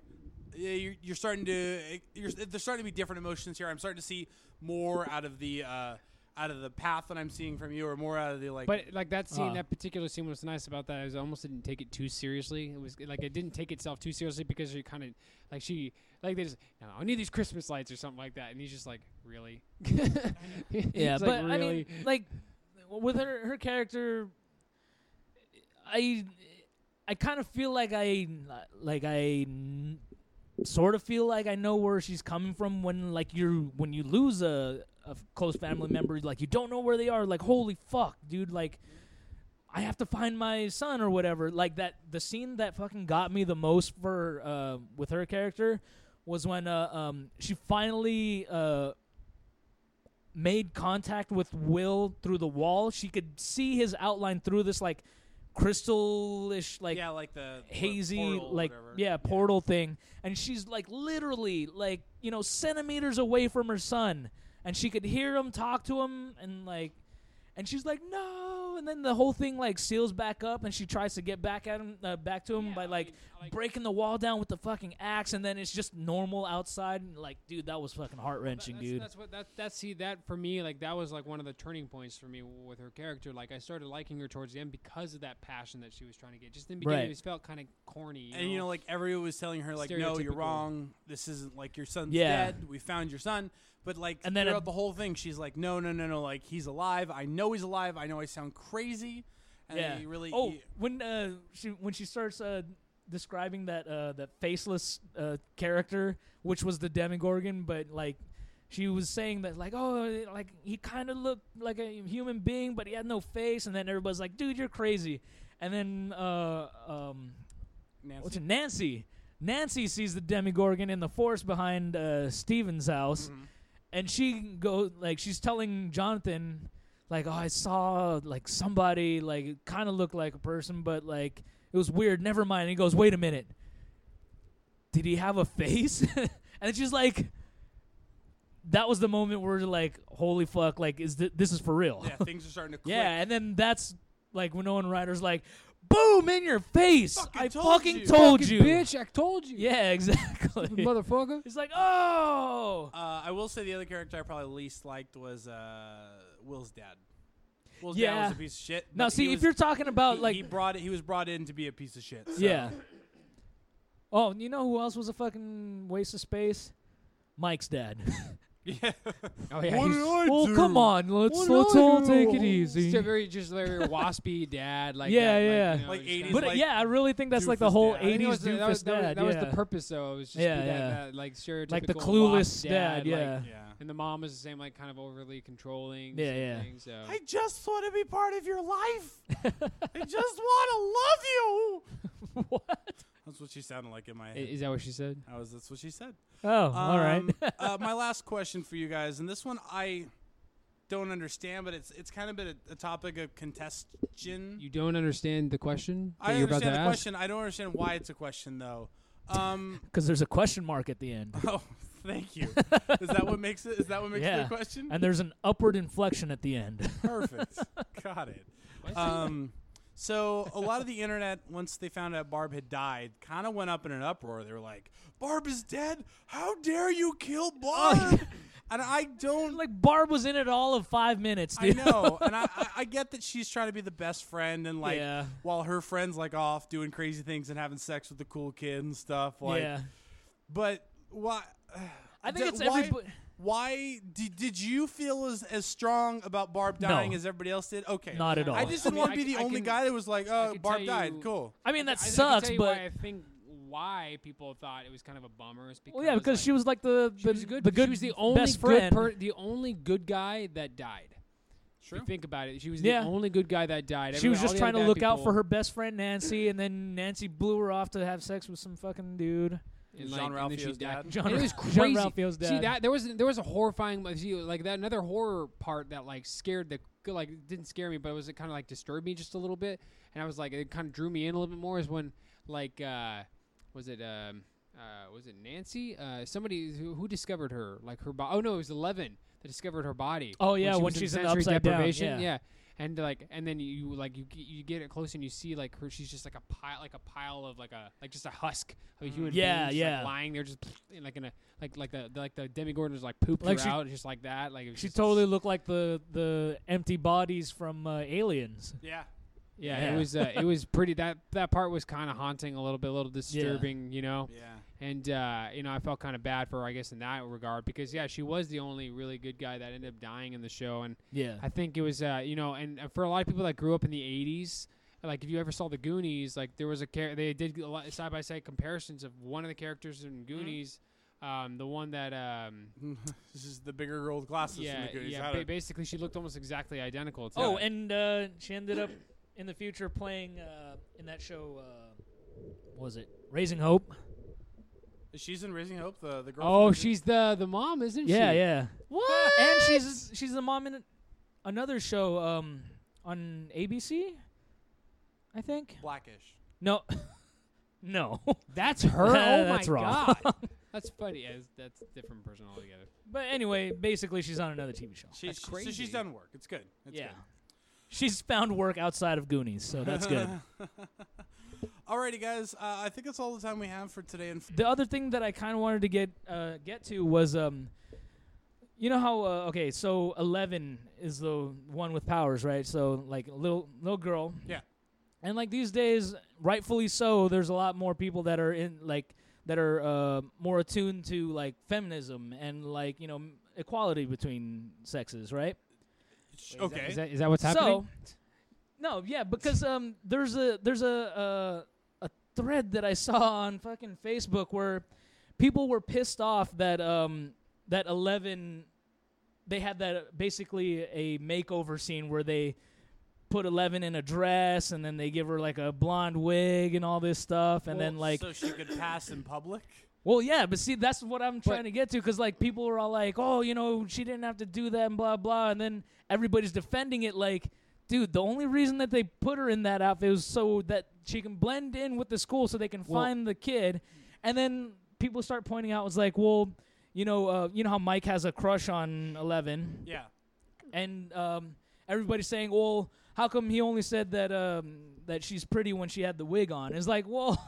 yeah, you're, you're starting to eh, you're, there's starting to be different emotions here I'm starting to see more out of the uh out of the path that I'm seeing from you or more out of the like
But like that scene,
Uh.
that particular scene, was nice about that is I almost didn't take it too seriously. It was like it didn't take itself too seriously because you kind of like she like they just no, I need these Christmas lights or something like that, and he's just like really.
yeah,
He's like,
but I mean,
really?
like with her her character, I I kind of feel like I like I n- sort of feel like I know where she's coming from when like you when you lose a, a close family member, like you don't know where they are. Like holy fuck, dude! Like I have to find my son or whatever. Like that the scene that fucking got me the most for uh, with her character was when uh, um, she finally. Uh, made contact with Will through the wall. She could see his outline through this like crystalish like
yeah like the the
hazy
portal or
like
whatever.
yeah portal thing and she's like literally like you know centimeters away from her son and she could hear him talk to him and like and she's like no and then the whole thing like seals back up and she tries to get back at him uh, back to him
Yeah,
by
I
like,
mean, I like-
breaking the wall down with the fucking axe and then it's just normal outside and like dude that was fucking heart-wrenching
That-
dude
That's, that's what that that see that for me like that was like one of the turning points for me with her character. Like I started liking her towards the end because of that passion that she was trying to get. Just in the beginning,
Right.
it just felt kind of corny. You
and you know, like everyone was telling her, like, "No, you're
Stereotypical.
wrong. This isn't like your son's
Yeah.
dead. We found your son." But like
And then
throughout
a-
the whole thing, she's like, "No, no, no, no. Like he's alive. I know he's alive. I know I sound crazy." And
yeah.
he really.
Oh,
he-
when uh, she when she starts uh, describing that uh, that faceless uh, character, which was the Demogorgon, but like she was saying that like oh like he kind of looked like a human being, but he had no face, and then everybody's like, dude, you're crazy, and then uh, um,
Nancy.
what's it, Nancy. Nancy sees the Demogorgon in the forest behind uh, Steven's house, and she go like she's telling Jonathan, like, "Oh, I saw like somebody like kind of looked like a person, but like it was weird. Never mind." And he goes, "Wait a minute, did he have a face?" and she's like, that was the moment where like, holy fuck, like is th- this is for real?
Yeah, things are starting to click.
Yeah, and then that's like when Owen Ryder's like, boom in your face.
Fucking
I
told
fucking
you."
told
Fucking
you.
bitch! I told you,
Yeah, exactly.
motherfucker.
it's like, oh.
Uh, I will say the other character I probably least liked was uh, Will's dad. Will's dad
Yeah.
was a piece of shit.
Now,
but
see,
he
if
was-
you're talking about
he,
like,
he brought it, he was brought in to be a piece of shit. so-
yeah. Oh, you know who else was a fucking waste of space? Mike's dad.
yeah.
Oh yeah,
What did
he's-
I
well,
do?
come on, let's
What
let's
do I
all
do?
take it easy.
Still very just very waspy dad, like
Yeah,
that,
yeah.
you know,
Like
just kinda-
80s
But uh,
like
yeah, I really think that's like the
doofus
whole
dad. I
I
'80s
think that was, the, that, was,
doofus
that, was,
dad.
that was
yeah.
the purpose, though. It was just be
Yeah,
that,
yeah.
that, like stereotypical
Like the
wasp
clueless dad.
like-
Yeah.
Yeah.
and the mom was the same, like kind of overly controlling.
Yeah,
sort of
yeah.
thing, so.
I just want to be part of your life. I just want to love you.
what?
That's what she sounded like in my
I-
head.
Is that what she said?
I was, that's what she said.
Oh, all right.
Um, uh, my last question for you guys, and this one I don't understand, but it's it's kind of been a, a topic of contestion.
You don't understand the question that
I
you're about
understand
to
the
ask.
question. I don't understand why it's a question though. Um,
Because there's a question mark at the end,
oh, thank you. Is that what makes it? Is that what makes it
Yeah.
a question?
and there's an upward inflection at the end.
Perfect. Got it. Um, so a lot of the internet, once they found out Barb had died, kind of went up in an uproar. They were like, "Barb is dead! How dare you kill Barb?" and I don't
Oh, like Barb was in it all of five minutes,
I
dude.
know, and I, I, I get that she's trying to be the best friend, and like
Yeah.
while her friends like off doing crazy things and having sex with the cool kid and stuff. Like,
yeah,
but why?
I think
d-
it's
why,
everybo-
Why did, did you feel as, as strong about Barb dying as everybody else did? Okay,
Not at
I
all.
just
I
didn't
mean,
want
I
to be
c-
the
I
only
can-
guy that was like, "Oh,
could
Barb
tell
died.
you-
Cool."
I mean
I-
that
I can
sucks,
tell you
but
why I think why people thought it was kind of a bummer is because
well, yeah, because
like,
she was like the the
she was good.
the good
she was the only
best
good
friend.
per- the only good guy that died. If you
True.
think about it. She was
Yeah.
the only good guy that died.
she was
Everybody- all
just
the
trying to
other bad
look out for
people
her best friend Nancy, and then Nancy blew her off to have sex with some fucking dude.
and,
Jean
like, and then she
Ralphio's
died.
dad.
Jean
And it
Ra-
was
Jean
crazy.
Ralphio's
See
dad.
that there was there was a horrifying see, like that another horror part that like scared the like didn't scare me, but it was it kind of like disturbed me just a little bit, and I was like it kind of drew me in a little bit more is when like uh was it um uh was it Nancy uh somebody who, who discovered her like her bo- oh no it was Eleven that discovered her body
Oh, yeah, when
was
she's in
sensory
upside down,
deprivation
yeah.
yeah and like and then you like you g- you get it close and you see like her she's just like a pile like a pile of like a like just a husk of a human
Mm. Yeah,
being just, like,
yeah.
lying there just in, like in a like like the like the demigorgon is like pooped
Like
her
she-
out just like that like it was
She
just-
totally looked like the the empty bodies from uh, Aliens.
Yeah.
yeah,
yeah.
it was uh, it was pretty that that part was kind of haunting a little bit a little disturbing you know
Yeah.
and uh, you know I felt kind of bad for her I guess in that regard because yeah she was the only really good guy that ended up dying in the show and
Yeah,
I think it was, uh, you know, and uh, for a lot of people that grew up in the '80s, like if you ever saw the Goonies, like there was a char- they did a lot side by side comparisons of one of the characters in
Mm-hmm.
Goonies, um, the one that, um,
this is the bigger girl with glasses.
yeah,
in the Goonies.
yeah,
How
ba-
to-
basically she looked almost exactly identical. To
Oh,
that.
and uh, she ended up in the future playing uh, in that show. Uh, what was it Raising Hope?
she's in Raising Hope. The the girl.
oh,
from-
she's the the mom, isn't she?
Yeah, yeah. What? And she's she's the mom in another show um, on ABC, I think.
blackish.
No, no.
that's her. oh
Yeah,
my
that's wrong.
god, that's funny. Yeah, that's- that's a different person altogether.
but anyway, basically, she's on another TV show.
She's
That's
So she's
crazy.
done work. It's good. It's
yeah,
good.
she's found work outside of Goonies, so that's good.
Alrighty, guys. Uh, I think that's all the time we have for today. And
the other thing that I kind of wanted to get uh, get to was um, you know how uh, okay, so Eleven is the one with powers, right? So like little little girl,
Yeah.
and like these days, rightfully so, there's a lot more people that are in like that are uh, more attuned to like feminism and like you know m- equality between sexes, right?
okay.
Is that is that what's happening?
So, no, yeah, because um, there's a there's a uh, a thread that I saw on fucking Facebook where people were pissed off that um that Eleven they had that uh, basically a makeover scene where they put Eleven in a dress and then they give her like a blonde wig and all this stuff and then like
so she could pass in public.
well, yeah, but see, that's what I'm trying to get to because, like, people are all like, oh, you know, she didn't have to do that and blah, blah. And then everybody's defending it, like, dude, the only reason that they put her in that outfit was so that she can blend in with the school so they can
Well-
find the kid. And then people start pointing out, was like, well, you know, uh, you know how Mike has a crush on Eleven,
Yeah.
and um, everybody's saying, "Well, how come he only said that um, that she's pretty when she had the wig on?" It's like, well,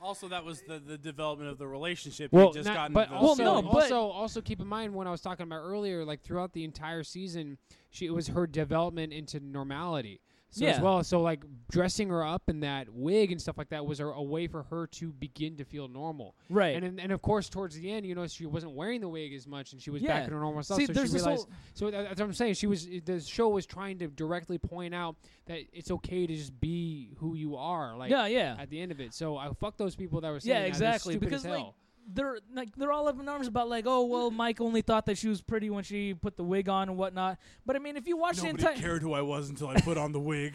Also, that was the, the development of the relationship.
Well,
we just
Not-
gotten
but
the,
also,
Well, no, but-
also, also keep in mind when I was talking about earlier, like throughout the entire season, she it was her development into normality. So as
Yeah.
well, so like dressing her up in that wig and stuff like that was a, a way for her to begin to feel normal.
right.
And then- and of course, towards the end, you know, she wasn't wearing the wig as much, and she was
Yeah.
back in her normal self.
See,
so
there's
she
this
realized.
whole
so that, that's what I'm saying. She was the show was trying to directly point out that it's okay to just be who you are. Like
yeah, yeah.
at the end of it. So I fuck those people that were saying
Yeah,
that. They're
exactly.
stupid as
Because like
hell.
they're like they're all up in arms about like, oh well, Mike only thought that she was pretty when she put the wig on and whatnot. But I mean, if you watch
Nobody
the entire
cared who I was until I put on the wig.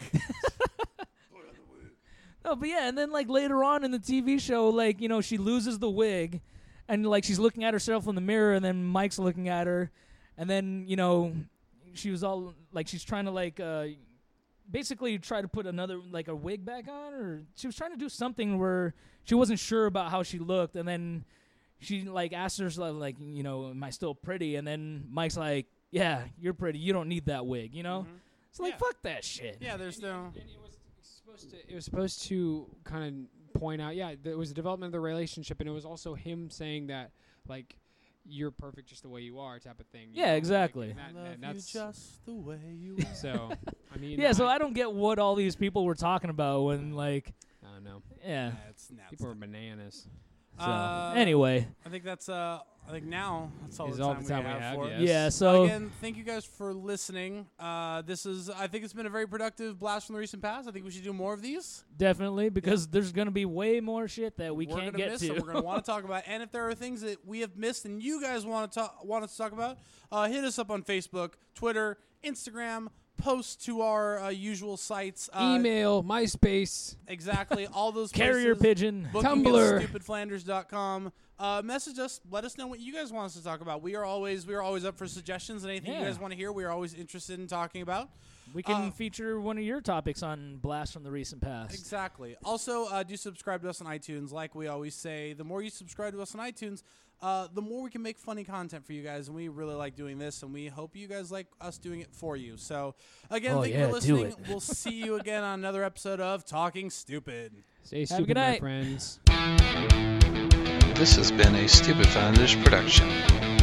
no, but yeah, and then like later on in the TV show, like you know she loses the wig, and like she's looking at herself in the mirror, and then Mike's looking at her, and then you know she was all like she's trying to like uh basically try to put another like a wig back on, or she was trying to do something where she wasn't sure about how she looked, and then she like asked herself like you know am I still pretty, and then Mike's like yeah you're pretty you don't need that wig you know it's like
Mm-hmm. Yeah.
fuck that shit
yeah, there's no.
And it was supposed to. It was supposed to kind of point out. Yeah, there was a development of the relationship, and it was also him saying that, like, you're perfect just the way you are, type of thing. you
Yeah,
like,
exactly.
and that-
I
and
love you
that's
just the way you are.
so. I mean,
Yeah, so I don't get what all these people were talking about when, like,
I don't know.
yeah.
That's
People are bananas.
So
Uh,
anyway,
I think that's uh I think now that's all,
Is
the,
all
time
the time
we
we
have,
have,
for it. Uh,
yes.
yeah. So
again, thank you guys for listening. Uh, this is I think it's been a very productive blast from the recent past. I think we should do more of these.
definitely, because there's gonna be way more shit that we
are
can't
gonna
get
miss
to.
and we're gonna want to talk about. And if there are things that we have missed and you guys want to talk want us to talk about, uh, hit us up on Facebook, Twitter, Instagram. Post to our uh, usual sites. Uh,
Email, MySpace.
Exactly. All those
Carrier
places.
pigeon.
Booking
Tumblr.
at stupidflanders.com. Uh, message us. Let us know what you guys want us to talk about. We are always we are always up for suggestions and anything you
Yeah.
guys want to hear. We are always interested in talking about.
We can
uh,
feature one of your topics on blast from the recent past.
Exactly. Also, uh, do subscribe to us on iTunes. Like we always say, the more you subscribe to us on iTunes, uh, the more we can make funny content for you guys. And we really like doing this, and we hope you guys like us doing it for you. So, again,
Oh,
thank you
yeah,
for
do
listening.
it.
We'll see you again on another episode of Talking Stupid.
Stay
Have a good
stupid, my
night.
friends.
This has been a Stupid Founders production.